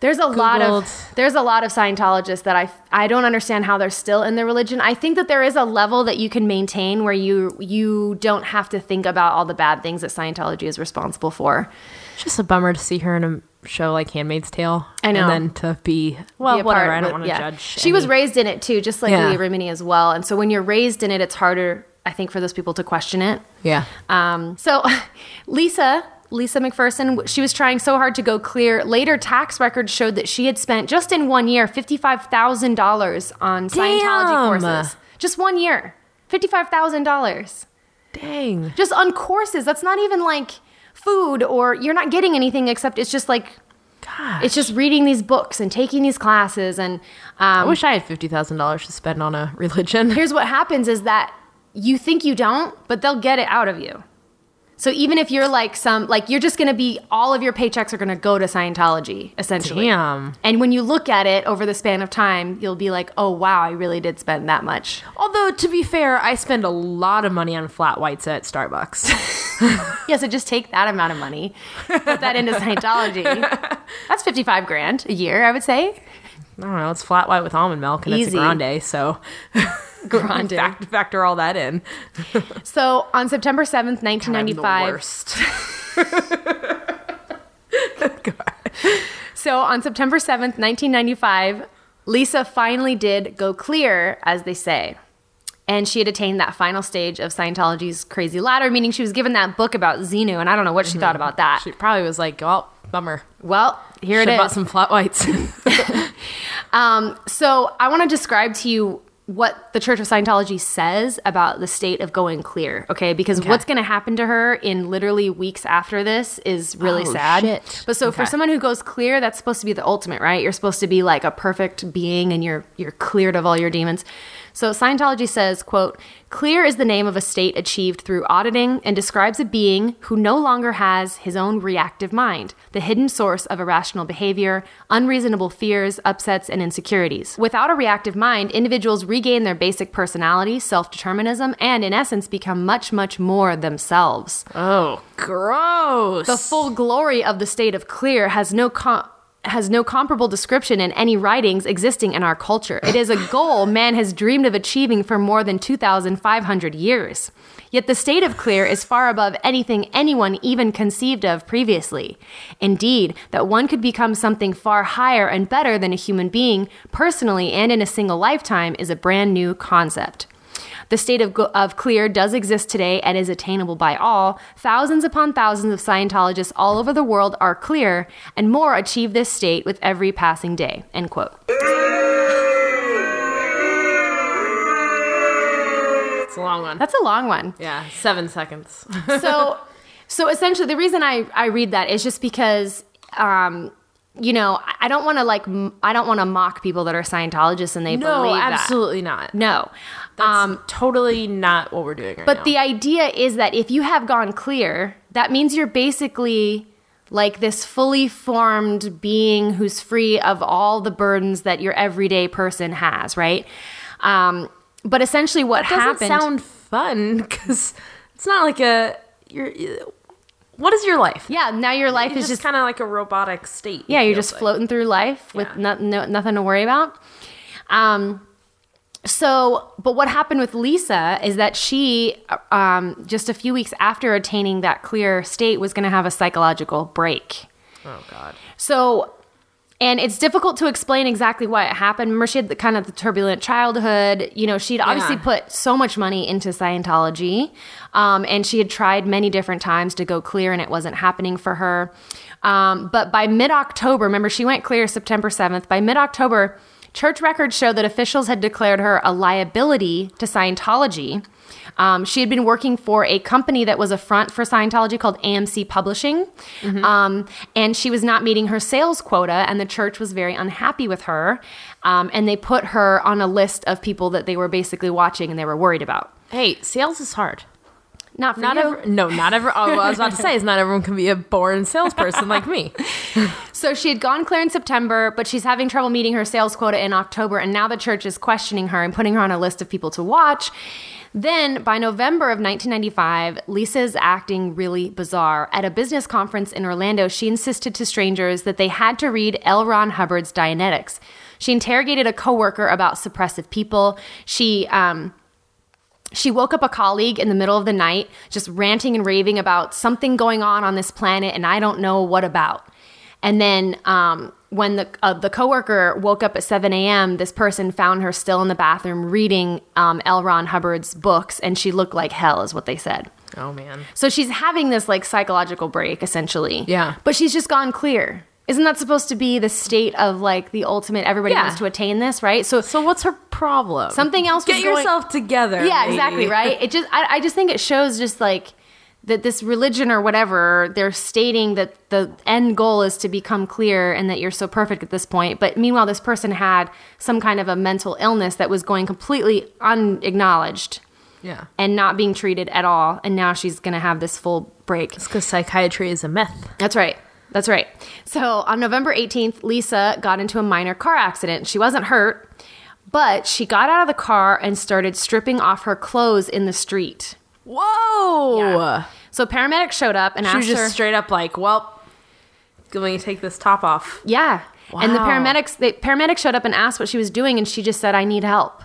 [SPEAKER 1] There's a lot of
[SPEAKER 2] Googled-
[SPEAKER 1] there's a lot of Scientologists that I I don't understand how they're still in their religion. I think that there is a level that you can maintain where you you don't have to think about all the bad things that Scientology is responsible for.
[SPEAKER 2] It's just a bummer to see her in a show like Handmaid's Tale.
[SPEAKER 1] I know.
[SPEAKER 2] And then to be well,
[SPEAKER 1] be a part
[SPEAKER 2] whatever. I
[SPEAKER 1] with-
[SPEAKER 2] don't want to
[SPEAKER 1] yeah.
[SPEAKER 2] judge.
[SPEAKER 1] She was
[SPEAKER 2] any-
[SPEAKER 1] raised in it too, just like
[SPEAKER 2] Yeah.
[SPEAKER 1] Leah Rimini as well. And so when you're raised in it, it's harder, I think, for those people to question it.
[SPEAKER 2] Yeah.
[SPEAKER 1] Um, so Lisa, Lisa McPherson, she was trying so hard to go clear. Later tax records showed that she had spent just in one year $55,000 on Scientology
[SPEAKER 2] Damn.
[SPEAKER 1] courses. Just one year. $55,000.
[SPEAKER 2] Dang.
[SPEAKER 1] Just on courses. That's not even like food or you're not getting anything except it's just like
[SPEAKER 2] God.
[SPEAKER 1] it's just reading these books and taking these classes and
[SPEAKER 2] I
[SPEAKER 1] um,
[SPEAKER 2] wish I had fifty thousand dollars to spend on a religion.
[SPEAKER 1] here's what happens is that you think you don't, but they'll get it out of you. So even if you're like some like you're just going to be all of your paychecks are going to go to Scientology essentially.
[SPEAKER 2] Damn.
[SPEAKER 1] And when you look at it over the span of time, you'll be like, "Oh wow, I really did spend that much."
[SPEAKER 2] Although to be fair, I spend a lot of money on flat whites at Starbucks.
[SPEAKER 1] Yeah, so just take that amount of money, put that into Scientology. That's 55 grand a year, I would say.
[SPEAKER 2] I don't know. It's flat white with almond milk, and it's
[SPEAKER 1] Easy.
[SPEAKER 2] a grande. So,
[SPEAKER 1] Grande.
[SPEAKER 2] Fact, factor all that in.
[SPEAKER 1] So on September 7th,
[SPEAKER 2] I'm the
[SPEAKER 1] 1995.
[SPEAKER 2] worst.
[SPEAKER 1] So on September 7th, 1995, Lisa finally did go clear, as they say. And she had attained that final stage of Scientology's crazy ladder, meaning she was given that book about Xenu, and I don't know what she thought about that.
[SPEAKER 2] Mm-hmm. She probably was like, "Well, bummer."
[SPEAKER 1] well, here it
[SPEAKER 2] Should
[SPEAKER 1] is.
[SPEAKER 2] have bought some flat whites.
[SPEAKER 1] Um, so I want to describe to you what the Church of Scientology says about the state of going clear, okay? Because what's going to happen to her in literally weeks after this is really
[SPEAKER 2] Oh,
[SPEAKER 1] sad.
[SPEAKER 2] shit.
[SPEAKER 1] But so for
[SPEAKER 2] Okay.
[SPEAKER 1] someone who goes clear, that's supposed to be the ultimate, right? You're supposed to be like a perfect being and you're you're cleared of all your demons. So Scientology says, quote, clear is the name of a state achieved through auditing and describes a being who no longer has his own reactive mind, the hidden source of irrational behavior, unreasonable fears, upsets, and insecurities. Without a reactive mind, individuals regain their basic personality, self-determinism, and in essence become much, much more themselves.
[SPEAKER 2] oh, gross.
[SPEAKER 1] The full glory of the state of clear has no com- has no comparable description in any writings existing in our culture. It is a goal man has dreamed of achieving for more than 2,500 years. Yet the state of clear is far above anything anyone even conceived of previously. Indeed, that one could become something far higher and better than a human being, personally and in a single lifetime, is a brand new concept. The state of, of clear does exist today and is attainable by all. Thousands upon thousands of Scientologists all over the world are clear, and more achieve this state with every passing day. End quote.
[SPEAKER 2] It's a long one.
[SPEAKER 1] That's a long one.
[SPEAKER 2] yeah, seven seconds.
[SPEAKER 1] so so essentially the reason i i read that is just because um you know I- i don't want to like m- i don't want to mock people that are scientologists and they
[SPEAKER 2] no,
[SPEAKER 1] believe that.
[SPEAKER 2] absolutely not.
[SPEAKER 1] no
[SPEAKER 2] That's
[SPEAKER 1] um
[SPEAKER 2] totally not what we're doing right
[SPEAKER 1] but
[SPEAKER 2] now.
[SPEAKER 1] the idea is that if you have gone clear that means you're basically like this fully formed being who's free of all the burdens that your everyday person has right um but essentially what
[SPEAKER 2] doesn't
[SPEAKER 1] happened
[SPEAKER 2] sound fun because it's not like a you're. What is your life?
[SPEAKER 1] yeah now your life
[SPEAKER 2] It's
[SPEAKER 1] is
[SPEAKER 2] just,
[SPEAKER 1] just
[SPEAKER 2] kind of like a robotic state.
[SPEAKER 1] Yeah,
[SPEAKER 2] it
[SPEAKER 1] you're
[SPEAKER 2] feels
[SPEAKER 1] just
[SPEAKER 2] like.
[SPEAKER 1] floating through life with no,
[SPEAKER 2] Yeah.
[SPEAKER 1] no, nothing to worry about. Um, so, but what happened with Lisa is that she, um, just a few weeks after attaining that clear state, was going to have a psychological break.
[SPEAKER 2] Oh God.
[SPEAKER 1] So, and it's difficult to explain exactly why it happened. Remember, she had the kind of the turbulent childhood. You know, she'd obviously
[SPEAKER 2] Yeah.
[SPEAKER 1] put so much money into Scientology, um, and she had tried many different times to go clear, and it wasn't happening for her. Um, but by mid October, remember, she went clear September 7th. By mid October, church records show that officials had declared her a liability to Scientology. Um, she had been working for a company that was a front for Scientology called AMC Publishing. Um, and she was not meeting her sales quota, and the church was very unhappy with her. Um, and they put her on a list of people that they were basically watching and they were worried about.
[SPEAKER 2] Hey, sales is hard.
[SPEAKER 1] Not for
[SPEAKER 2] Not
[SPEAKER 1] you.
[SPEAKER 2] ever. No, not ever. Oh, what I was about to say is not everyone can be a born salesperson like me.
[SPEAKER 1] So she had gone clear in September, but she's having trouble meeting her sales quota in October, and now the church is questioning her and putting her on a list of people to watch. Then by November of 1995, Lisa's acting really bizarre. At a business conference in Orlando, she insisted to strangers that they had to read L. Ron Hubbard's Dianetics. She interrogated a coworker about suppressive people. She um, she woke up a colleague in the middle of the night just ranting and raving about something going on on this planet and I don't know what about. And then um, when the uh, the coworker woke up at 7 a.m., this person found her still in the bathroom reading um, L. Ron Hubbard's books, and she looked like hell, is what they said.
[SPEAKER 2] Oh man.
[SPEAKER 1] So she's having this like psychological break, essentially.
[SPEAKER 2] Yeah.
[SPEAKER 1] But she's just gone clear. Isn't that supposed to be the state of like the ultimate? Everybody
[SPEAKER 2] Yeah.
[SPEAKER 1] wants to attain this, right? So
[SPEAKER 2] So what's her problem?
[SPEAKER 1] something else.
[SPEAKER 2] Get
[SPEAKER 1] was going-
[SPEAKER 2] yourself together.
[SPEAKER 1] yeah,
[SPEAKER 2] lady.
[SPEAKER 1] exactly, right? It just I, I just think it shows just like that this religion or whatever, they're stating that the end goal is to become clear and that you're so perfect at this point. But meanwhile, this person had some kind of a mental illness that was going completely unacknowledged
[SPEAKER 2] Yeah.
[SPEAKER 1] and not being treated at all. And now she's going to have this full break.
[SPEAKER 2] It's because psychiatry is a myth.
[SPEAKER 1] That's right. That's right. So on November 18th, Lisa got into a minor car accident. She wasn't hurt, but she got out of the car and started stripping off her clothes in the street.
[SPEAKER 2] Whoa.
[SPEAKER 1] So paramedics showed up and
[SPEAKER 2] She
[SPEAKER 1] asked
[SPEAKER 2] was just
[SPEAKER 1] her.
[SPEAKER 2] straight up like, well, let me take this top off.
[SPEAKER 1] yeah. And the
[SPEAKER 2] Wow.
[SPEAKER 1] paramedics, the paramedics showed up and asked what she was doing, and she just said, "I need help."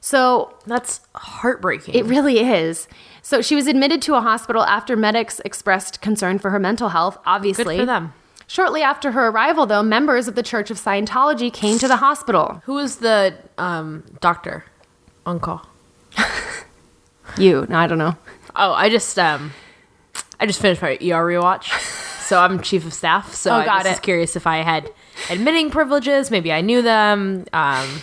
[SPEAKER 1] So
[SPEAKER 2] That's heartbreaking.
[SPEAKER 1] it really is. So she was admitted to a hospital after medics expressed concern for her mental health, obviously.
[SPEAKER 2] for them.
[SPEAKER 1] Shortly after her arrival, though, members of the Church of Scientology came to the hospital.
[SPEAKER 2] Who is the um, doctor on call?
[SPEAKER 1] You, no, I don't know.
[SPEAKER 2] Oh, I just um, I just finished my ER rewatch, so I'm chief of staff. So
[SPEAKER 1] Oh,
[SPEAKER 2] I
[SPEAKER 1] got
[SPEAKER 2] just was
[SPEAKER 1] it.
[SPEAKER 2] curious if I had admitting privileges. Maybe I knew them. Um,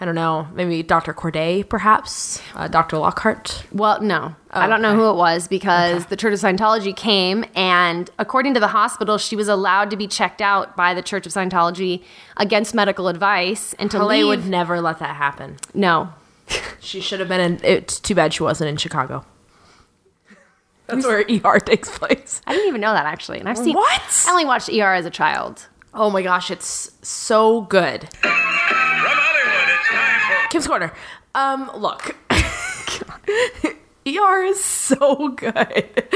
[SPEAKER 2] I don't know. Maybe Dr. Corday, perhaps uh, Dr. Lockhart.
[SPEAKER 1] Well, no,
[SPEAKER 2] Oh,
[SPEAKER 1] I don't know who it was because the Church of Scientology came, and according to the hospital, she was allowed to be checked out by the Church of Scientology against medical advice and to
[SPEAKER 2] Corday
[SPEAKER 1] leave.
[SPEAKER 2] would never let that happen.
[SPEAKER 1] no,
[SPEAKER 2] She should have been in. It's too bad she wasn't in Chicago. That's where ER takes place.
[SPEAKER 1] I didn't even know that actually, and I've seen
[SPEAKER 2] What?
[SPEAKER 1] I only watched ER as a child.
[SPEAKER 2] Oh my gosh, it's so good.
[SPEAKER 3] From Hollywood, it's time for
[SPEAKER 2] Kim's Corner. Um, look. ER is so good.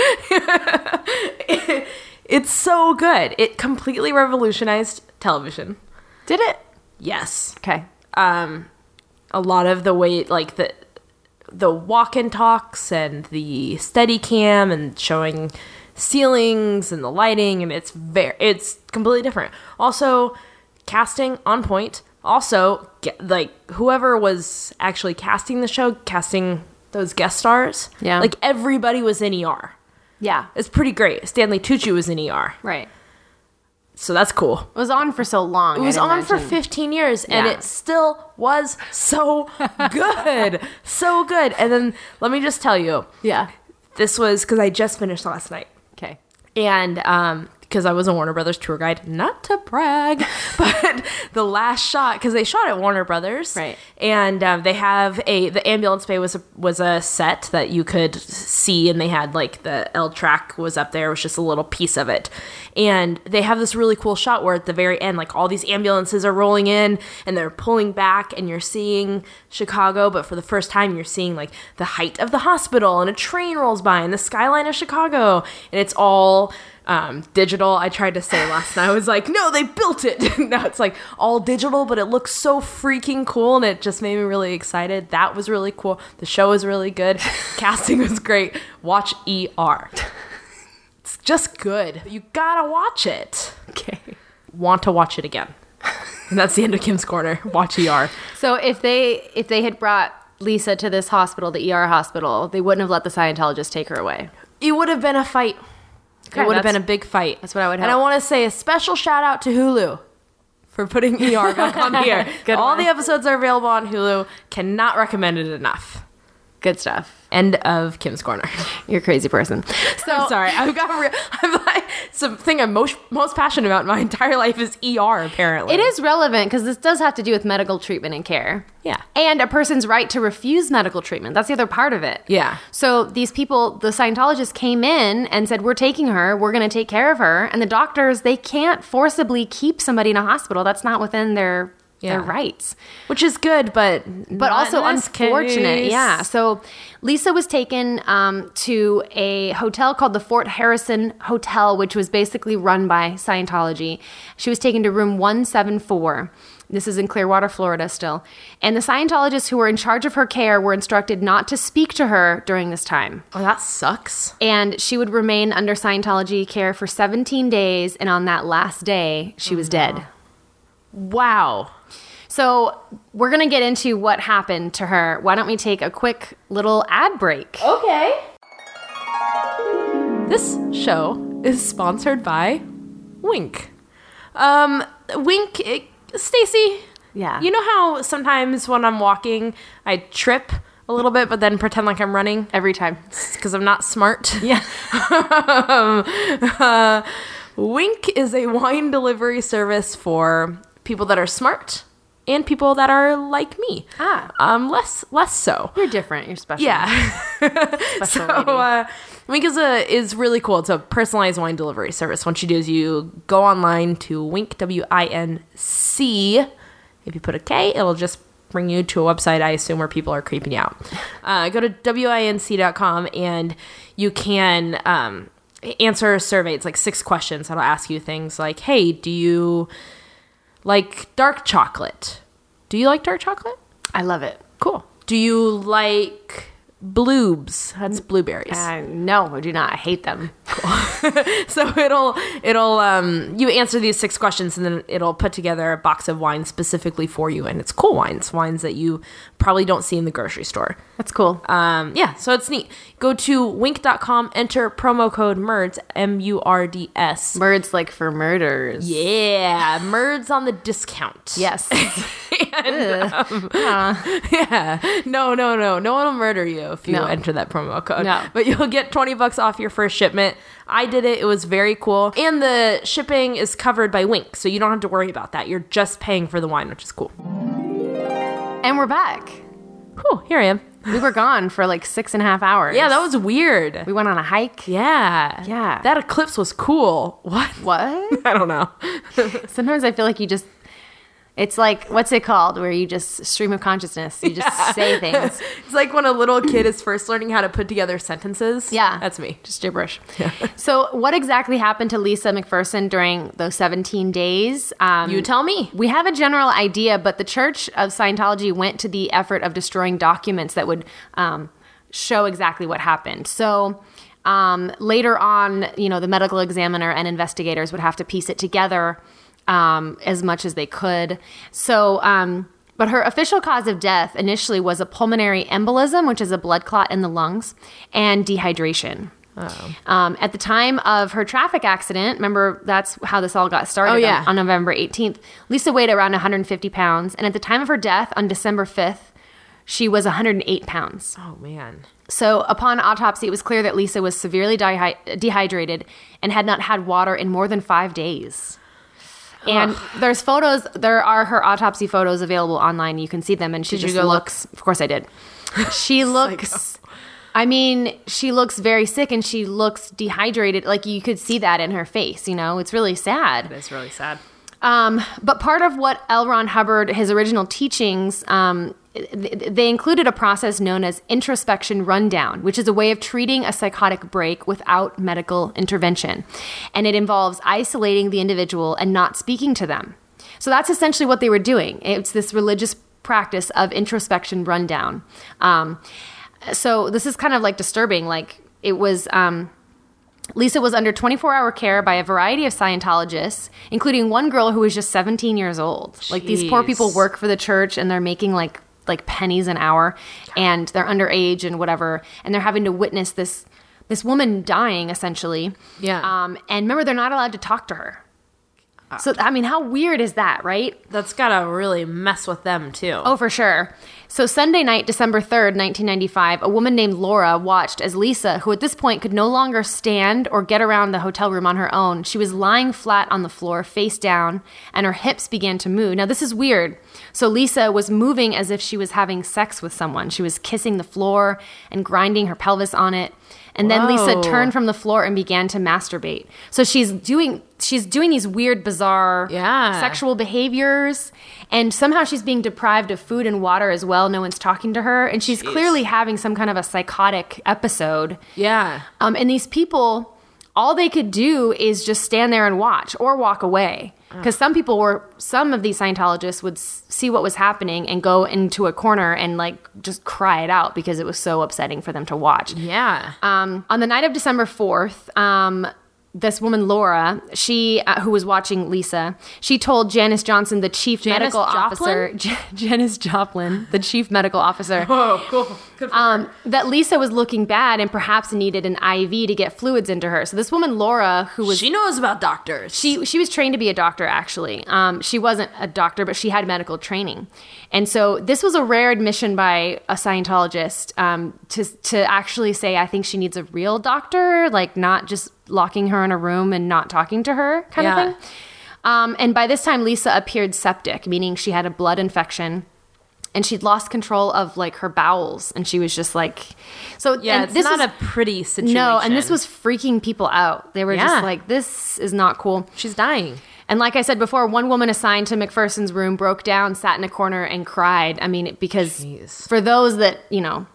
[SPEAKER 2] it's so good. It completely revolutionized television.
[SPEAKER 1] Did it?
[SPEAKER 2] Yes.
[SPEAKER 1] Okay.
[SPEAKER 2] um, A lot of the way like the the walk and talks and the steady cam and showing ceilings and the lighting and it's very it's completely different. Also casting on point. Also get, like whoever was actually casting the show, casting those guest stars.
[SPEAKER 1] Yeah.
[SPEAKER 2] Like everybody was in ER.
[SPEAKER 1] Yeah.
[SPEAKER 2] It's pretty great. Stanley Tucci was in ER.
[SPEAKER 1] Right.
[SPEAKER 2] So that's cool.
[SPEAKER 1] It was on for so long.
[SPEAKER 2] It was on for 15 years and
[SPEAKER 1] Yeah.
[SPEAKER 2] it still was so good. so good. And then let me just tell you
[SPEAKER 1] Yeah.
[SPEAKER 2] this was because I just finished last night.
[SPEAKER 1] Okay.
[SPEAKER 2] And um, because I was a Warner Brothers tour guide, not to brag, but the last shot because they shot at Warner Brothers,
[SPEAKER 1] Right.
[SPEAKER 2] And um, they have a the ambulance bay was a, was a set that you could see, and they had like the L track was up there, it was just a little piece of it, and they have this really cool shot where at the very end, like all these ambulances are rolling in and they're pulling back, and you're seeing Chicago, but for the first time, you're seeing like the height of the hospital, and a train rolls by, and the skyline of Chicago, and it's all um, digital. I tried to say last night. I was like, no, they built it. now it's like all digital, but it looks so freaking cool, and it just made me really excited. That was really cool. The show was really good. Casting was great. Watch ER. It's just good. You gotta watch it.
[SPEAKER 1] Okay.
[SPEAKER 2] Want to watch it again. And that's the end of Kim's Corner. Watch ER.
[SPEAKER 1] So if they if they had brought Lisa to this hospital, the ER hospital, they wouldn't have let the Scientologist take her away.
[SPEAKER 2] It would have been a fight.
[SPEAKER 1] Okay,
[SPEAKER 2] it would have
[SPEAKER 1] that's-
[SPEAKER 2] been a big fight.
[SPEAKER 1] that's what I would
[SPEAKER 2] And I
[SPEAKER 1] hope.
[SPEAKER 2] want to say a special shout out to Hulu for putting ER back on here.
[SPEAKER 1] Good
[SPEAKER 2] All
[SPEAKER 1] one.
[SPEAKER 2] the episodes are available on Hulu. Cannot recommend it enough.
[SPEAKER 1] Good stuff.
[SPEAKER 2] End of Kim's Corner.
[SPEAKER 1] You're a crazy person. So
[SPEAKER 2] I'm sorry. I've got real. I'm like something I'm most most passionate about in my entire life is ER. Apparently,
[SPEAKER 1] It is relevant because this does have to do with medical treatment and care.
[SPEAKER 2] Yeah.
[SPEAKER 1] And a person's right to refuse medical treatment. That's the other part of it.
[SPEAKER 2] Yeah.
[SPEAKER 1] So these people, the Scientologists came in and said, We're taking her, we're going to take care of her. And the doctors, they can't forcibly keep somebody in a hospital. That's not within their. Their
[SPEAKER 2] Yeah.
[SPEAKER 1] rights,
[SPEAKER 2] which is good, but
[SPEAKER 1] but also unfortunate. Yeah. So Lisa was taken um, to a hotel called the Fort Harrison Hotel, which was basically run by Scientology. She was taken to room 174. This is in Clearwater, Florida, still. And the Scientologists who were in charge of her care were instructed not to speak to her during this time.
[SPEAKER 2] Oh, that sucks.
[SPEAKER 1] And she would remain under Scientology care for 17 days. And on that last day, she was dead.
[SPEAKER 2] Wow.
[SPEAKER 1] So we're going to get into what happened to her. Why don't we take a quick little ad break?
[SPEAKER 2] Okay. This show is sponsored by Wink. Um, Wink, it, Stacy.
[SPEAKER 1] Yeah.
[SPEAKER 2] You know how sometimes when I'm walking, I trip a little bit, but then pretend like I'm running
[SPEAKER 1] Every time.
[SPEAKER 2] because I'm not smart.
[SPEAKER 1] Yeah.
[SPEAKER 2] Uh, Wink is a wine delivery service for people that are smart and people that are like me.
[SPEAKER 1] Ah.
[SPEAKER 2] Um, less less so.
[SPEAKER 1] You're different. You're special.
[SPEAKER 2] Yeah. so
[SPEAKER 1] lady.
[SPEAKER 2] uh, Wink is a is really cool. It's a personalized wine delivery service. What you do is you go online to Wink W I N C. If you put a K, it'll just bring you to a website I assume where people are creeping you out. Uh, go to winc.com and you can um, answer a survey. It's like six questions that'll ask you things like, "Hey, do you?" like dark chocolate. Do you like dark chocolate?
[SPEAKER 1] I love it.
[SPEAKER 2] Cool. Do you like bloobs? That's blueberries.
[SPEAKER 1] Uh, no, I do not. I hate them.
[SPEAKER 2] so it'll it'll um you answer these six questions and then it'll put together a box of wines specifically for you and it's cool wines, wines that you probably don't see in the grocery store.
[SPEAKER 1] That's cool.
[SPEAKER 2] Um yeah, so it's neat. Go to wink.com, enter promo code MERDS, M U R D S.
[SPEAKER 1] Birds like for murders.
[SPEAKER 2] Yeah, MERDS on the discount.
[SPEAKER 1] Yes.
[SPEAKER 2] And, um, yeah. No, no, no. No one will murder you if you
[SPEAKER 1] No.
[SPEAKER 2] enter that promo code.
[SPEAKER 1] No.
[SPEAKER 2] But you'll get 20 bucks off your first shipment. I did it. It was very cool. And the shipping is covered by Wink, so you don't have to worry about that. You're just paying for the wine, which is cool.
[SPEAKER 1] and we're back.
[SPEAKER 2] Whew, here I am.
[SPEAKER 1] We were gone for like six and a half hours.
[SPEAKER 2] Yeah, that was weird.
[SPEAKER 1] We went on a hike.
[SPEAKER 2] Yeah.
[SPEAKER 1] Yeah.
[SPEAKER 2] That eclipse was cool. What?
[SPEAKER 1] What?
[SPEAKER 2] I don't know.
[SPEAKER 1] Sometimes I feel like you just. It's like what's it called? Where you just stream of consciousness. You just say things.
[SPEAKER 2] It's like when a little kid is first learning how to put together sentences.
[SPEAKER 1] Yeah.
[SPEAKER 2] That's me.
[SPEAKER 1] Just gibberish. So, what exactly happened to Lisa McPherson during those 17 days? Um,
[SPEAKER 2] You tell me.
[SPEAKER 1] We have a general idea, but the Church of Scientology went to the effort of destroying documents that would um, show exactly what happened. So um, later on, you know, the medical examiner and investigators would have to piece it together um, as much as they could. So, um, but her official cause of death initially was a pulmonary embolism, which is a blood clot in the lungs, and dehydration. Um, at the time of her traffic accident, remember that's how this all got started
[SPEAKER 2] Oh,
[SPEAKER 1] on-
[SPEAKER 2] yeah.
[SPEAKER 1] on November 18th. Lisa weighed around 150 pounds, and at the time of her death on December 5th, she was 108 pounds.
[SPEAKER 2] Oh, man.
[SPEAKER 1] So, upon autopsy, it was clear that Lisa was severely dehy- dehydrated and had not had water in more than five days. And there's photos. There are her autopsy photos available online. You can see them, and she
[SPEAKER 2] Did you
[SPEAKER 1] just
[SPEAKER 2] go look?
[SPEAKER 1] looks. Of course, I did. She looks. I mean, she looks very sick, and she looks dehydrated. Like you could see that in her face. You know, it's really sad.
[SPEAKER 2] That's really sad.
[SPEAKER 1] Um, but part of what L. Ron Hubbard, his original teachings, um, th- they included a process known as introspection rundown, which is a way of treating a psychotic break without medical intervention. And it involves isolating the individual and not speaking to them. So that's essentially what they were doing. It's this religious practice of introspection rundown. Um, so this is kind of like disturbing. Like it was. Um, Lisa was under 24 hour care by a variety of Scientologists, including one girl who was just 17 years old. Like these poor
[SPEAKER 2] Jeez.
[SPEAKER 1] people work for the church and they're making like like pennies an hour and they're underage and whatever and they're having to witness this this woman dying essentially.
[SPEAKER 2] Yeah.
[SPEAKER 1] Um and remember they're not allowed to talk to her. So I mean how weird is that, right?
[SPEAKER 2] That's gotta really mess with them too.
[SPEAKER 1] Oh, for sure. So, Sunday night, December 3rd, 1995, a woman named Laura watched as Lisa, who at this point could no longer stand or get around the hotel room on her own, she was lying flat on the floor, face down, and her hips began to move. Now, this is weird. So, Lisa was moving as if she was having sex with someone. She was kissing the floor and grinding her pelvis on it. And then Lisa
[SPEAKER 2] Whoa.
[SPEAKER 1] turned from the floor and began to masturbate. So she's doing she's doing these weird, bizarre
[SPEAKER 2] Yeah.
[SPEAKER 1] sexual behaviors and somehow she's being deprived of food and water as well no one's talking to her and she's clearly having some kind of a psychotic episode
[SPEAKER 2] yeah.
[SPEAKER 1] um, and these people all they could do is just stand there and watch or walk away because some people were some of these scientologists would s- see what was happening and go into a corner and like just cry it out because it was so upsetting for them to watch
[SPEAKER 2] Yeah.
[SPEAKER 1] um, on the night of December 4th, um, this woman, Laura, she uh, who was watching Lisa, she told Janice Johnson, the chief
[SPEAKER 2] Janice
[SPEAKER 1] medical officer,
[SPEAKER 2] Joplin?
[SPEAKER 1] Jan- Janice Joplin, the chief medical officer,
[SPEAKER 2] oh, cool. Good for
[SPEAKER 1] um, that Lisa was looking bad and perhaps needed an IV to get fluids into her. So this woman, Laura, who was
[SPEAKER 2] She knows about doctors.
[SPEAKER 1] she she was trained to be a doctor actually um, she wasn't a doctor but she had medical training and so this was a rare admission by a scientologist um, to, to actually say i think she needs a real doctor like not just locking her in a room and not talking to her kind of
[SPEAKER 2] Yeah.
[SPEAKER 1] thing um, and by this time lisa appeared septic meaning she had a blood infection and she'd lost control of like her bowels and she was just like so
[SPEAKER 2] yeah,
[SPEAKER 1] and
[SPEAKER 2] it's
[SPEAKER 1] this
[SPEAKER 2] not
[SPEAKER 1] is-
[SPEAKER 2] a pretty situation.
[SPEAKER 1] no, and this was freaking people out. They were
[SPEAKER 2] Yeah.
[SPEAKER 1] just like, this is not cool.
[SPEAKER 2] she's dying.
[SPEAKER 1] And like I said before, one woman assigned to McPherson's room broke down, sat in a corner, and cried. I mean, because
[SPEAKER 2] Jeez.
[SPEAKER 1] for those that, you know,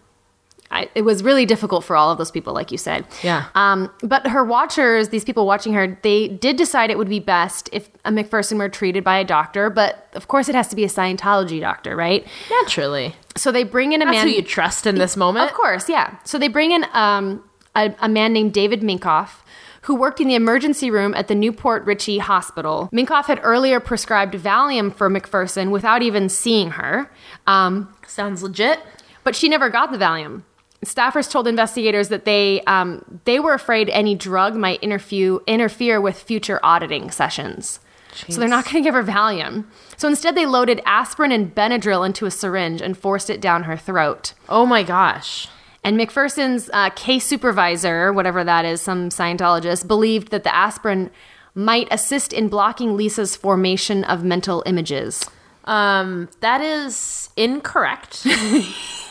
[SPEAKER 1] I, it was really difficult for all of those people, like you said.
[SPEAKER 2] Yeah.
[SPEAKER 1] Um, but her watchers, these people watching her, they did decide it would be best if a McPherson were treated by a doctor, but of course it has to be a Scientology doctor, right?
[SPEAKER 2] Naturally.
[SPEAKER 1] So they bring in a
[SPEAKER 2] That's
[SPEAKER 1] man.
[SPEAKER 2] who you trust in this moment.
[SPEAKER 1] Of course, yeah. So they bring in um, a, a man named David Minkoff, who worked in the emergency room at the Newport Ritchie Hospital. Minkoff had earlier prescribed Valium for McPherson without even seeing her, um,
[SPEAKER 2] Sounds legit.
[SPEAKER 1] but she never got the Valium. Staffers told investigators that they um, they were afraid any drug might interfere interfere with future auditing sessions. So they're not going to give her Valium. So instead, they loaded aspirin and Benadryl into a syringe and forced it down her throat.
[SPEAKER 2] Oh my gosh.
[SPEAKER 1] And McPherson's uh, case supervisor, whatever that is, some Scientologist, believed that the aspirin might assist in blocking Lisa's formation of mental images.
[SPEAKER 2] Um, that is incorrect.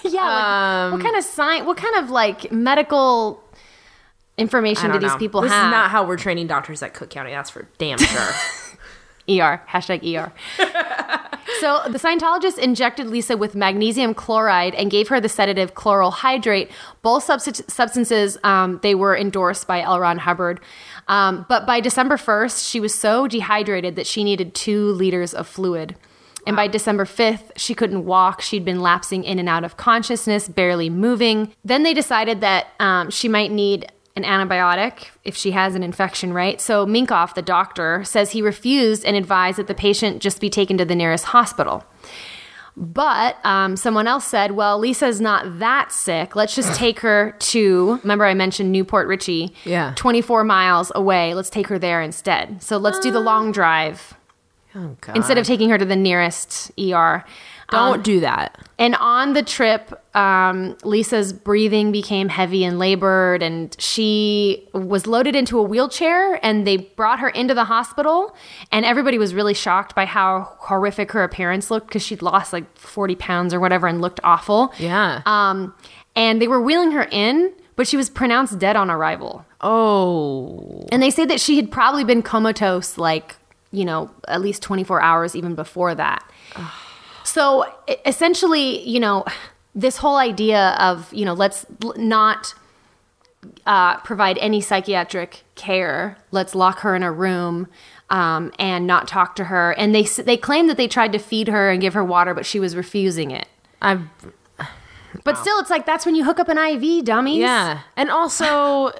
[SPEAKER 1] Yeah. what kind of science? What kind of like medical information do
[SPEAKER 2] don't
[SPEAKER 1] these
[SPEAKER 2] know.
[SPEAKER 1] people
[SPEAKER 2] this
[SPEAKER 1] have?
[SPEAKER 2] is not how we're training doctors at Cook County. That's for damn sure.
[SPEAKER 1] ER. Hashtag ER. so the Scientologist injected Lisa with magnesium chloride and gave her the sedative chloral hydrate, both subst- substances um, they were endorsed by L. Ron Hubbard. Um, but by December 1st, she was so dehydrated that she needed two liters of fluid. And by December 5th, she couldn't walk. She'd been lapsing in and out of consciousness, barely moving. Then they decided that um, she might need an antibiotic if she has an infection, right? So Minkoff, the doctor, says he refused and advised that the patient just be taken to the nearest hospital. But um, someone else said, well, Lisa's not that sick. Let's just take her to, remember I mentioned Newport Ritchie?
[SPEAKER 2] Yeah.
[SPEAKER 1] 24 miles away. Let's take her there instead. So let's do the long drive
[SPEAKER 2] oh god.
[SPEAKER 1] instead of taking her to the nearest ER.
[SPEAKER 2] don't do that.
[SPEAKER 1] And on the trip, um, Lisa's breathing became heavy and labored, and she was loaded into a wheelchair. And they brought her into the hospital, and everybody was really shocked by how horrific her appearance looked because she'd lost like forty pounds or whatever and looked awful.
[SPEAKER 2] Yeah.
[SPEAKER 1] Um, and they were wheeling her in, but she was pronounced dead on arrival.
[SPEAKER 2] oh.
[SPEAKER 1] And they say that she had probably been comatose, like, you know, at least 24 hours even before that. so e- essentially, you know, this whole idea of, you know, let's l- not uh, provide any psychiatric care, let's lock her in a room. Um, and not talk to her. And they s- they claimed that they tried to feed her and give her water, but she was refusing it.
[SPEAKER 2] I
[SPEAKER 1] But still, it's like that's when you hook up an IV, dummies.
[SPEAKER 2] yeah. And also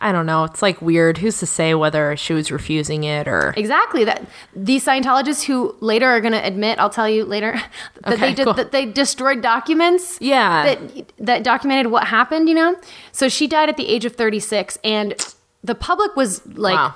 [SPEAKER 2] I don't know. It's like weird. Who's to say whether she was refusing it or
[SPEAKER 1] Exactly. That these Scientologists who later are going to admit, I'll tell you later, that
[SPEAKER 2] Okay,
[SPEAKER 1] they did,
[SPEAKER 2] cool.
[SPEAKER 1] that they destroyed documents.
[SPEAKER 2] Yeah.
[SPEAKER 1] That that documented what happened. You know. So she died at the age of 36, and the public was like,
[SPEAKER 2] Wow.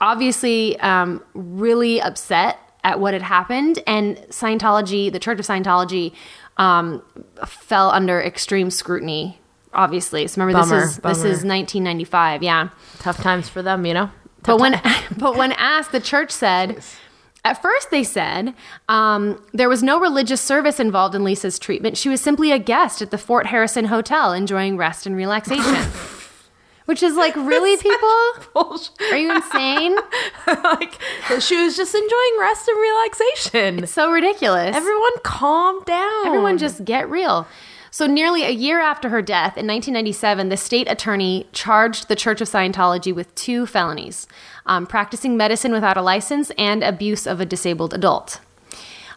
[SPEAKER 1] obviously, um, really upset at what had happened, and Scientology, the Church of Scientology, um, fell under extreme scrutiny. Obviously, so remember
[SPEAKER 2] Bummer,
[SPEAKER 1] this is this
[SPEAKER 2] bummer.
[SPEAKER 1] is 1995. Yeah.
[SPEAKER 2] tough times for them, you know?
[SPEAKER 1] But when but when asked, the church said. At first, they said um, there was no religious service involved in Lisa's treatment. She was simply a guest at the Fort Harrison Hotel enjoying rest and relaxation. Which is like, really, people? Are you insane?
[SPEAKER 2] like she was just enjoying rest and relaxation.
[SPEAKER 1] So ridiculous.
[SPEAKER 2] Everyone calm down.
[SPEAKER 1] Everyone just get real. So, nearly a year after her death in 1997, the state attorney charged the Church of Scientology with two felonies um, practicing medicine without a license and abuse of a disabled adult.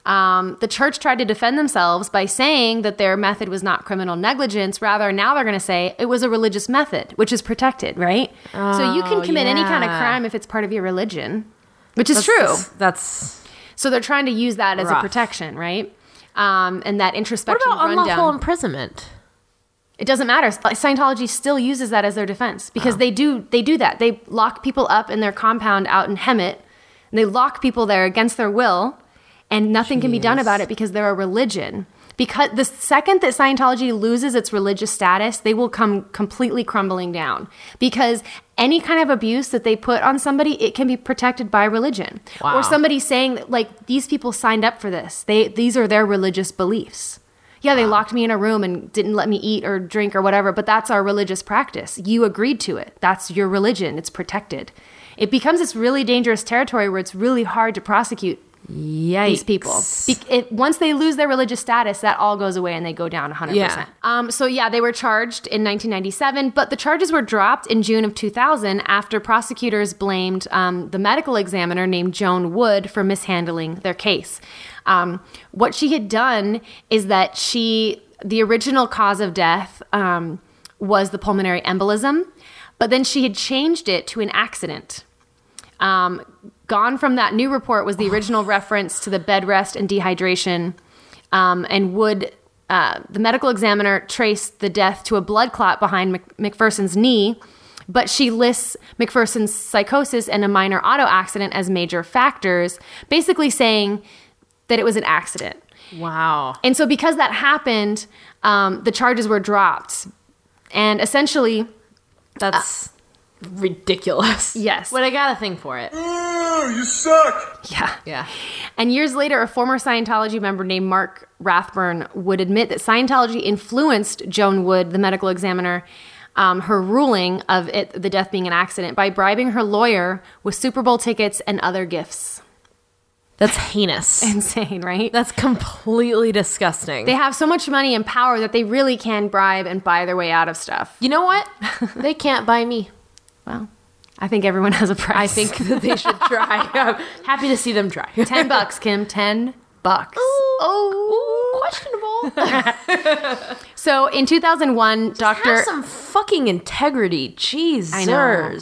[SPEAKER 1] Um, the church tried to defend themselves by saying that their method was not criminal negligence. Rather, now they're going to say it was a religious method, which is protected, right? so, you
[SPEAKER 2] Oh,
[SPEAKER 1] can commit any kind of
[SPEAKER 2] yeah.
[SPEAKER 1] crime if it's part of your religion, which is
[SPEAKER 2] That's-
[SPEAKER 1] true.
[SPEAKER 2] That's
[SPEAKER 1] So they're trying to use that as
[SPEAKER 2] Rough.
[SPEAKER 1] a protection, right? Um, and that
[SPEAKER 2] What
[SPEAKER 1] introspection
[SPEAKER 2] about
[SPEAKER 1] rundown.
[SPEAKER 2] unlawful imprisonment?
[SPEAKER 1] it doesn't matter. Scientology still uses that as their defense
[SPEAKER 2] Oh.
[SPEAKER 1] because they do they do that. They lock people up in their compound out in Hemet, and they lock people there against their will, and nothing can be done about it because they're a religion. Because the second that Scientology loses its religious status, they will come completely crumbling down. Because any kind of abuse that they put on somebody, it can be protected by religion.
[SPEAKER 2] Wow.
[SPEAKER 1] Or somebody saying that, like, these people signed up for this. They these are their religious beliefs. Yeah, they locked me in a room and didn't let me eat or drink or whatever, but that's our religious practice. You agreed to it. That's your religion. It's protected. It becomes this really dangerous territory where it's really hard to prosecute
[SPEAKER 2] Yikes.
[SPEAKER 1] these people. Be- it, once they lose their religious status, that all goes away and they go down 100%.
[SPEAKER 2] Yeah.
[SPEAKER 1] Um, so, yeah, they were charged in 1997, but the charges were dropped in June of 2000 after prosecutors blamed um, the medical examiner named Joan Wood for mishandling their case. Um, what she had done is that she, the original cause of death um, was the pulmonary embolism, but then she had changed it to an accident. Um, gone from that new report was the original reference to the bed rest and dehydration. Um, and Wood, uh, the medical examiner, traced the death to a blood clot behind Mc- McPherson's knee, but she lists McPherson's psychosis and a minor auto accident as major factors, basically saying that it was an accident.
[SPEAKER 2] Wow.
[SPEAKER 1] And so, because that happened, um, the charges were dropped. And essentially,
[SPEAKER 2] That's ridiculous.
[SPEAKER 1] uh, Yes.
[SPEAKER 2] But I got a thing for it.
[SPEAKER 3] you suck!
[SPEAKER 1] yeah.
[SPEAKER 2] Yeah.
[SPEAKER 1] And years later, a former Scientology member named Mark Rathburn would admit that Scientology influenced Joan Wood, the medical examiner, um, her ruling of it, the death being an accident, by bribing her lawyer with Super Bowl tickets and other gifts.
[SPEAKER 2] That's heinous.
[SPEAKER 1] Insane, right?
[SPEAKER 2] That's completely disgusting.
[SPEAKER 1] They have so much money and power that they really can bribe and buy their way out of stuff.
[SPEAKER 2] you know what? they can't buy me.
[SPEAKER 1] Well, I think everyone has a price.
[SPEAKER 2] I think that they should try. I'm happy to see them try.
[SPEAKER 1] ten bucks, Kim. Ten bucks.
[SPEAKER 2] Oh, questionable.
[SPEAKER 1] So in 2001, Doctor.
[SPEAKER 2] Have some fucking integrity, Jesus.
[SPEAKER 1] I know.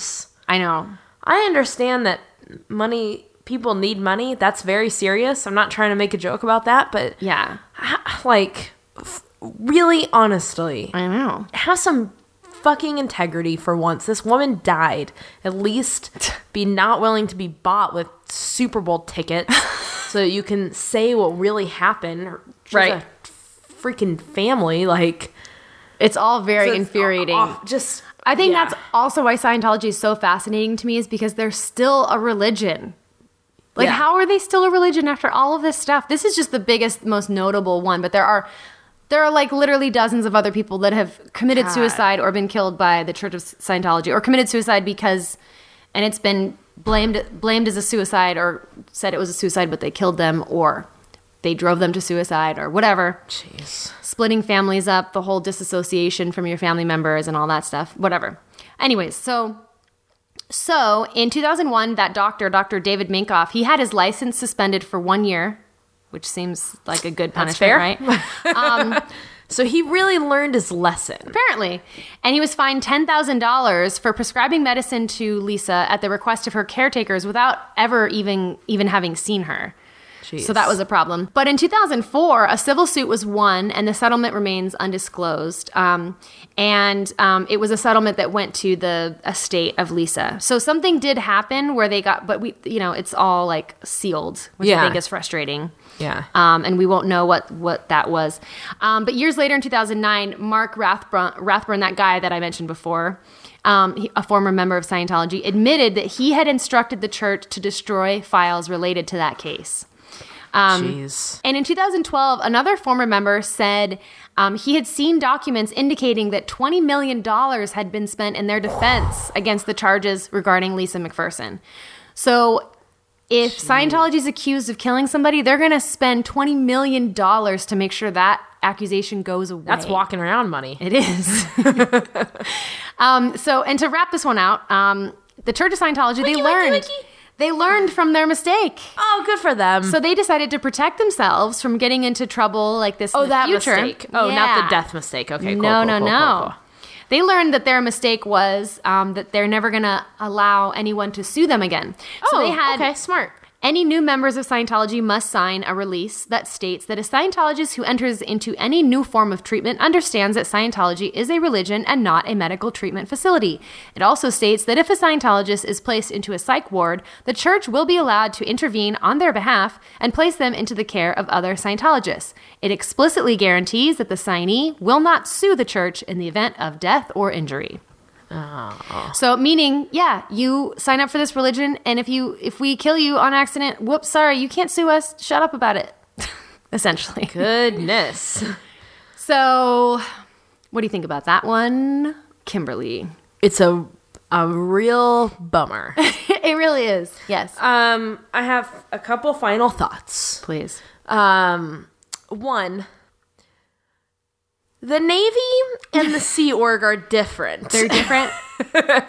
[SPEAKER 1] I know.
[SPEAKER 2] I understand that money people need money. That's very serious. I'm not trying to make a joke about that, but
[SPEAKER 1] Yeah.
[SPEAKER 2] ha- like f- really honestly,
[SPEAKER 1] I know.
[SPEAKER 2] have some fucking integrity for once. This woman died. At least be not willing to be bought with Super Bowl tickets so that you can say what really happened. She's
[SPEAKER 1] Right.
[SPEAKER 2] A freaking family like
[SPEAKER 1] It's all very infuriating.
[SPEAKER 2] Aw- Just
[SPEAKER 1] I think
[SPEAKER 2] yeah.
[SPEAKER 1] that's also why Scientology is so fascinating to me is because they're still a religion. Like
[SPEAKER 2] Yeah.
[SPEAKER 1] how are they still a religion after all of this stuff? This is just the biggest most notable one, but there are there are like literally dozens of other people that have committed
[SPEAKER 2] God.
[SPEAKER 1] suicide or been killed by the Church of Scientology or committed suicide because and it's been blamed blamed as a suicide or said it was a suicide but they killed them or they drove them to suicide or whatever
[SPEAKER 2] Jeez.
[SPEAKER 1] splitting families up, the whole disassociation from your family members and all that stuff, whatever. Anyways, so so in 2001 that doctor, Dr. David Minkoff, he had his license suspended for 1 year, which seems like a good punishment,
[SPEAKER 2] fair.
[SPEAKER 1] right?
[SPEAKER 2] So he really learned his lesson.
[SPEAKER 1] Apparently. And he was fined $10,000 for prescribing medicine to Lisa at the request of her caretakers without ever even even having seen her. So that was a problem. But in 2004, a civil suit was won, and the settlement remains undisclosed. Um, and um, it was a settlement that went to the estate of Lisa. So something did happen where they got, but we, you know, it's all like sealed, which I
[SPEAKER 2] Yeah.
[SPEAKER 1] think is frustrating.
[SPEAKER 2] Yeah.
[SPEAKER 1] Um, and we won't know what what that was. Um, but years later, in 2009, Mark Rathburn, Rathburn, that guy that I mentioned before. Um, he- a former member of Scientology admitted that he had instructed the church to destroy files related to that case.
[SPEAKER 2] Jeez.
[SPEAKER 1] And in 2012, another former member said um, he had seen documents indicating that $20 million had been spent in their defense against the charges regarding Lisa McPherson. So if Scientology is accused of killing somebody, they're going to spend $20 million to make sure that accusation goes away.
[SPEAKER 2] That's walking around money.
[SPEAKER 1] It is. um, so, and to wrap this one out, um, the Church of Scientology, they
[SPEAKER 2] wiki,
[SPEAKER 1] learned.
[SPEAKER 2] wiki.
[SPEAKER 1] They learned from their mistake.
[SPEAKER 2] Oh, good for them.
[SPEAKER 1] So they decided to protect themselves from getting into trouble like this.
[SPEAKER 2] oh,
[SPEAKER 1] in the
[SPEAKER 2] that
[SPEAKER 1] future.
[SPEAKER 2] mistake. Oh, not
[SPEAKER 1] Yeah.
[SPEAKER 2] the death mistake. Okay, cool.
[SPEAKER 1] no,
[SPEAKER 2] cool,
[SPEAKER 1] no,
[SPEAKER 2] cool,
[SPEAKER 1] no.
[SPEAKER 2] cool, cool.
[SPEAKER 1] They learned that their mistake was um, that they're never going to allow anyone to sue them again. so
[SPEAKER 2] Oh,
[SPEAKER 1] they had
[SPEAKER 2] okay, smart.
[SPEAKER 1] any new members of Scientology must sign a release that states that a Scientologist who enters into any new form of treatment understands that Scientology is a religion and not a medical treatment facility. It also states that if a Scientologist is placed into a psych ward, the church will be allowed to intervene on their behalf and place them into the care of other Scientologists. It explicitly guarantees that the signee will not sue the church in the event of death or injury. So meaning, yeah, you sign up for this religion, and if you if we kill you on accident, whoops, sorry, you can't sue us. Shut up about it. Essentially.
[SPEAKER 2] Goodness.
[SPEAKER 1] So, what do you think about that one, Kimberly?
[SPEAKER 2] It's a a real bummer.
[SPEAKER 1] it really is. Yes.
[SPEAKER 2] Um, I have a couple final thoughts.
[SPEAKER 1] Please.
[SPEAKER 2] Um, one. The Navy and the Sea Org are different.
[SPEAKER 1] They're different.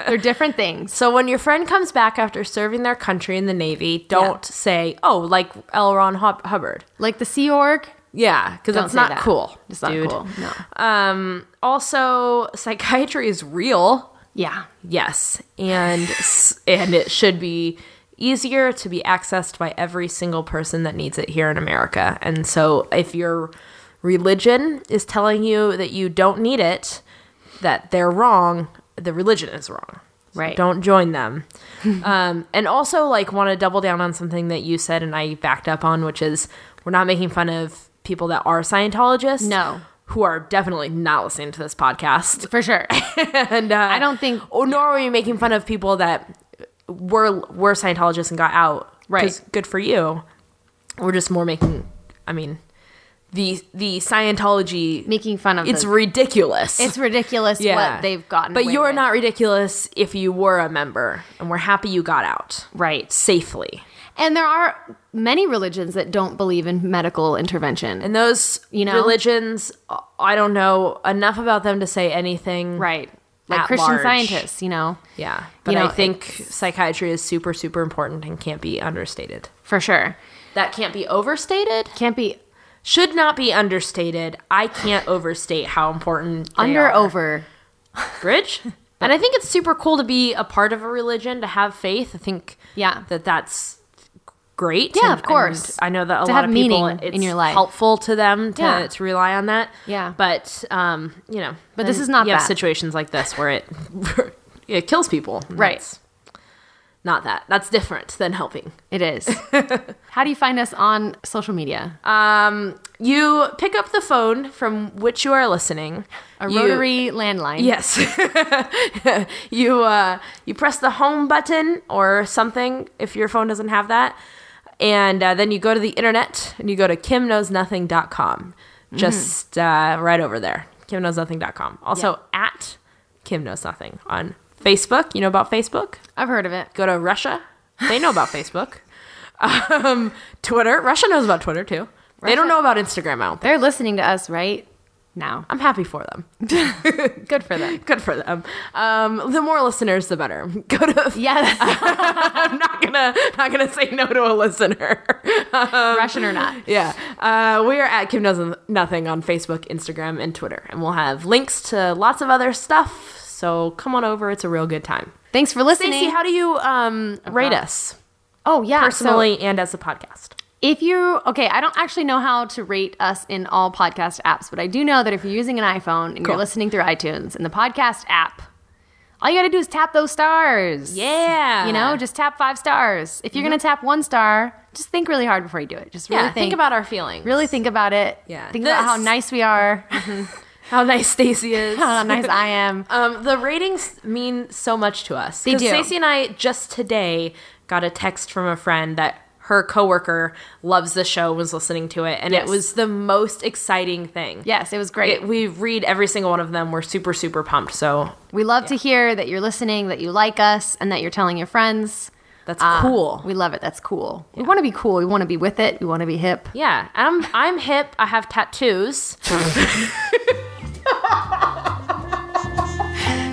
[SPEAKER 1] they're different things.
[SPEAKER 2] So when your friend comes back after serving their country in the Navy, don't say, "Oh, like L. Ron Hub- Hubbard."
[SPEAKER 1] Like the Sea Org.
[SPEAKER 2] Yeah, because
[SPEAKER 1] Don't
[SPEAKER 2] that's
[SPEAKER 1] say
[SPEAKER 2] not
[SPEAKER 1] that.
[SPEAKER 2] cool.
[SPEAKER 1] It's not
[SPEAKER 2] dude.
[SPEAKER 1] cool. Uh, No.
[SPEAKER 2] Um, also, psychiatry is real.
[SPEAKER 1] Yeah.
[SPEAKER 2] Yes, and s- and it should be easier to be accessed by every single person that needs it here in America. And so, if your religion is telling you that you don't need it, that they're wrong, the religion is wrong. So
[SPEAKER 1] Right.
[SPEAKER 2] don't join them. um, and also, like, want to double down on something that you said and I backed up on, which is we're not making fun of people that are Scientologists.
[SPEAKER 1] No.
[SPEAKER 2] Who are definitely not listening to this podcast.
[SPEAKER 1] For sure.
[SPEAKER 2] And uh,
[SPEAKER 1] I don't think-
[SPEAKER 2] Or nor are we making fun of people that were were Scientologists and got out.
[SPEAKER 1] Right.
[SPEAKER 2] 'Cause Good for you. We're just more making. I mean, the the Scientology.
[SPEAKER 1] Making fun of
[SPEAKER 2] it's
[SPEAKER 1] the-
[SPEAKER 2] ridiculous.
[SPEAKER 1] It's ridiculous what they've gotten.
[SPEAKER 2] But
[SPEAKER 1] away
[SPEAKER 2] you're
[SPEAKER 1] with.
[SPEAKER 2] not ridiculous if you were a member, and we're happy you got out
[SPEAKER 1] right.
[SPEAKER 2] safely.
[SPEAKER 1] And there are many religions that don't believe in medical intervention.
[SPEAKER 2] And those
[SPEAKER 1] You know?
[SPEAKER 2] religions, I don't know enough about them to say anything.
[SPEAKER 1] right. Like
[SPEAKER 2] At
[SPEAKER 1] Christian
[SPEAKER 2] large.
[SPEAKER 1] scientists, you know.
[SPEAKER 2] Yeah, but
[SPEAKER 1] You know,
[SPEAKER 2] I think psychiatry is super, super important and can't be understated.
[SPEAKER 1] For sure.
[SPEAKER 2] That can't be overstated.
[SPEAKER 1] Can't be
[SPEAKER 2] Should not be understated. I can't overstate how important they
[SPEAKER 1] under
[SPEAKER 2] are.
[SPEAKER 1] over.
[SPEAKER 2] bridge. and I think it's super cool to be a part of a religion, to have faith. I think
[SPEAKER 1] Yeah.
[SPEAKER 2] that that's great.
[SPEAKER 1] Yeah,
[SPEAKER 2] and-
[SPEAKER 1] of course.
[SPEAKER 2] and I know that a
[SPEAKER 1] To
[SPEAKER 2] lot
[SPEAKER 1] have
[SPEAKER 2] of people
[SPEAKER 1] meaning
[SPEAKER 2] it's
[SPEAKER 1] in your life.
[SPEAKER 2] helpful to them to,
[SPEAKER 1] Yeah.
[SPEAKER 2] to rely on that.
[SPEAKER 1] Yeah.
[SPEAKER 2] but um, you know,
[SPEAKER 1] But this
[SPEAKER 2] then
[SPEAKER 1] is not
[SPEAKER 2] you have
[SPEAKER 1] that.
[SPEAKER 2] situations like this where it it kills people. and
[SPEAKER 1] Right.
[SPEAKER 2] that's Not that. That's different than helping.
[SPEAKER 1] It is. How do you find us on social media?
[SPEAKER 2] Um, you pick up the phone from which you are listening.
[SPEAKER 1] A
[SPEAKER 2] You-
[SPEAKER 1] rotary landline.
[SPEAKER 2] Yes. you uh, you press the home button or something if your phone doesn't have that. And uh, then you go to the internet and you go to kimknowsnothing.com.
[SPEAKER 1] Mm-hmm.
[SPEAKER 2] Just uh, right over there, kimknowsnothing.com. Also at Kim Knows Nothing on Facebook. You know about Facebook?
[SPEAKER 1] I've heard of it.
[SPEAKER 2] Go to Russia. They know about Facebook. Um, Twitter. Russia knows about Twitter too. They don't
[SPEAKER 1] Russia-
[SPEAKER 2] know about Instagram, I don't think.
[SPEAKER 1] They're listening to us right now.
[SPEAKER 2] I'm happy for them.
[SPEAKER 1] Good for them.
[SPEAKER 2] Good for them. Um, the more listeners, the better. Go to.
[SPEAKER 1] Yes,
[SPEAKER 2] I'm not gonna not gonna say no to a listener.
[SPEAKER 1] Russian or not.
[SPEAKER 2] yeah, uh, we are at Kim Knows Nothing on Facebook, Instagram, and Twitter, and we'll have links to lots of other stuff. So come on over; it's a real good time.
[SPEAKER 1] Thanks for listening.
[SPEAKER 2] Stacey, how do you um, rate
[SPEAKER 1] God.
[SPEAKER 2] us
[SPEAKER 1] oh yeah, so-
[SPEAKER 2] personally and as a podcast?
[SPEAKER 1] If you okay, I don't actually know how to rate us in all podcast apps, but I do know that if you're using an iPhone and
[SPEAKER 2] Cool.
[SPEAKER 1] you're listening through iTunes in the podcast app, all you got to do is tap those stars.
[SPEAKER 2] Yeah. Mm-hmm.
[SPEAKER 1] you know, just tap five stars. If you're gonna tap one star, just think really hard before you do it. Just really
[SPEAKER 2] yeah, think, about our feelings.
[SPEAKER 1] really think about it.
[SPEAKER 2] Yeah.
[SPEAKER 1] think about how
[SPEAKER 2] This-
[SPEAKER 1] nice we are,
[SPEAKER 2] how nice Stacey is.
[SPEAKER 1] how nice I am.
[SPEAKER 2] Um, the ratings mean so much to us.
[SPEAKER 1] They do.
[SPEAKER 2] Stacey and I just today got a text from a friend that her coworker loves the show, was listening to it, and it
[SPEAKER 1] Yes.
[SPEAKER 2] was the most exciting thing.
[SPEAKER 1] Yes, it was great.
[SPEAKER 2] It- we read every single one of them. We're super, super pumped. So
[SPEAKER 1] we love to hear that you're listening, that you like us, and that you're telling your friends.
[SPEAKER 2] that's
[SPEAKER 1] Uh,
[SPEAKER 2] cool.
[SPEAKER 1] We love it. That's cool. We want to be cool. We want to be with it. We want to be hip.
[SPEAKER 2] yeah, I'm I'm hip. I have tattoos.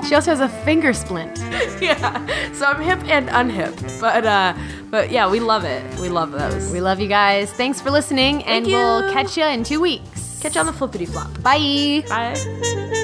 [SPEAKER 1] She also has a finger splint.
[SPEAKER 2] yeah, so I'm hip and unhip. But uh, but yeah, we love it. We love those.
[SPEAKER 1] We love you guys. Thanks for listening, and
[SPEAKER 2] Thank
[SPEAKER 1] we'll
[SPEAKER 2] you.
[SPEAKER 1] catch you in two weeks.
[SPEAKER 2] catch you on the flippity flop.
[SPEAKER 1] Bye.
[SPEAKER 2] Bye.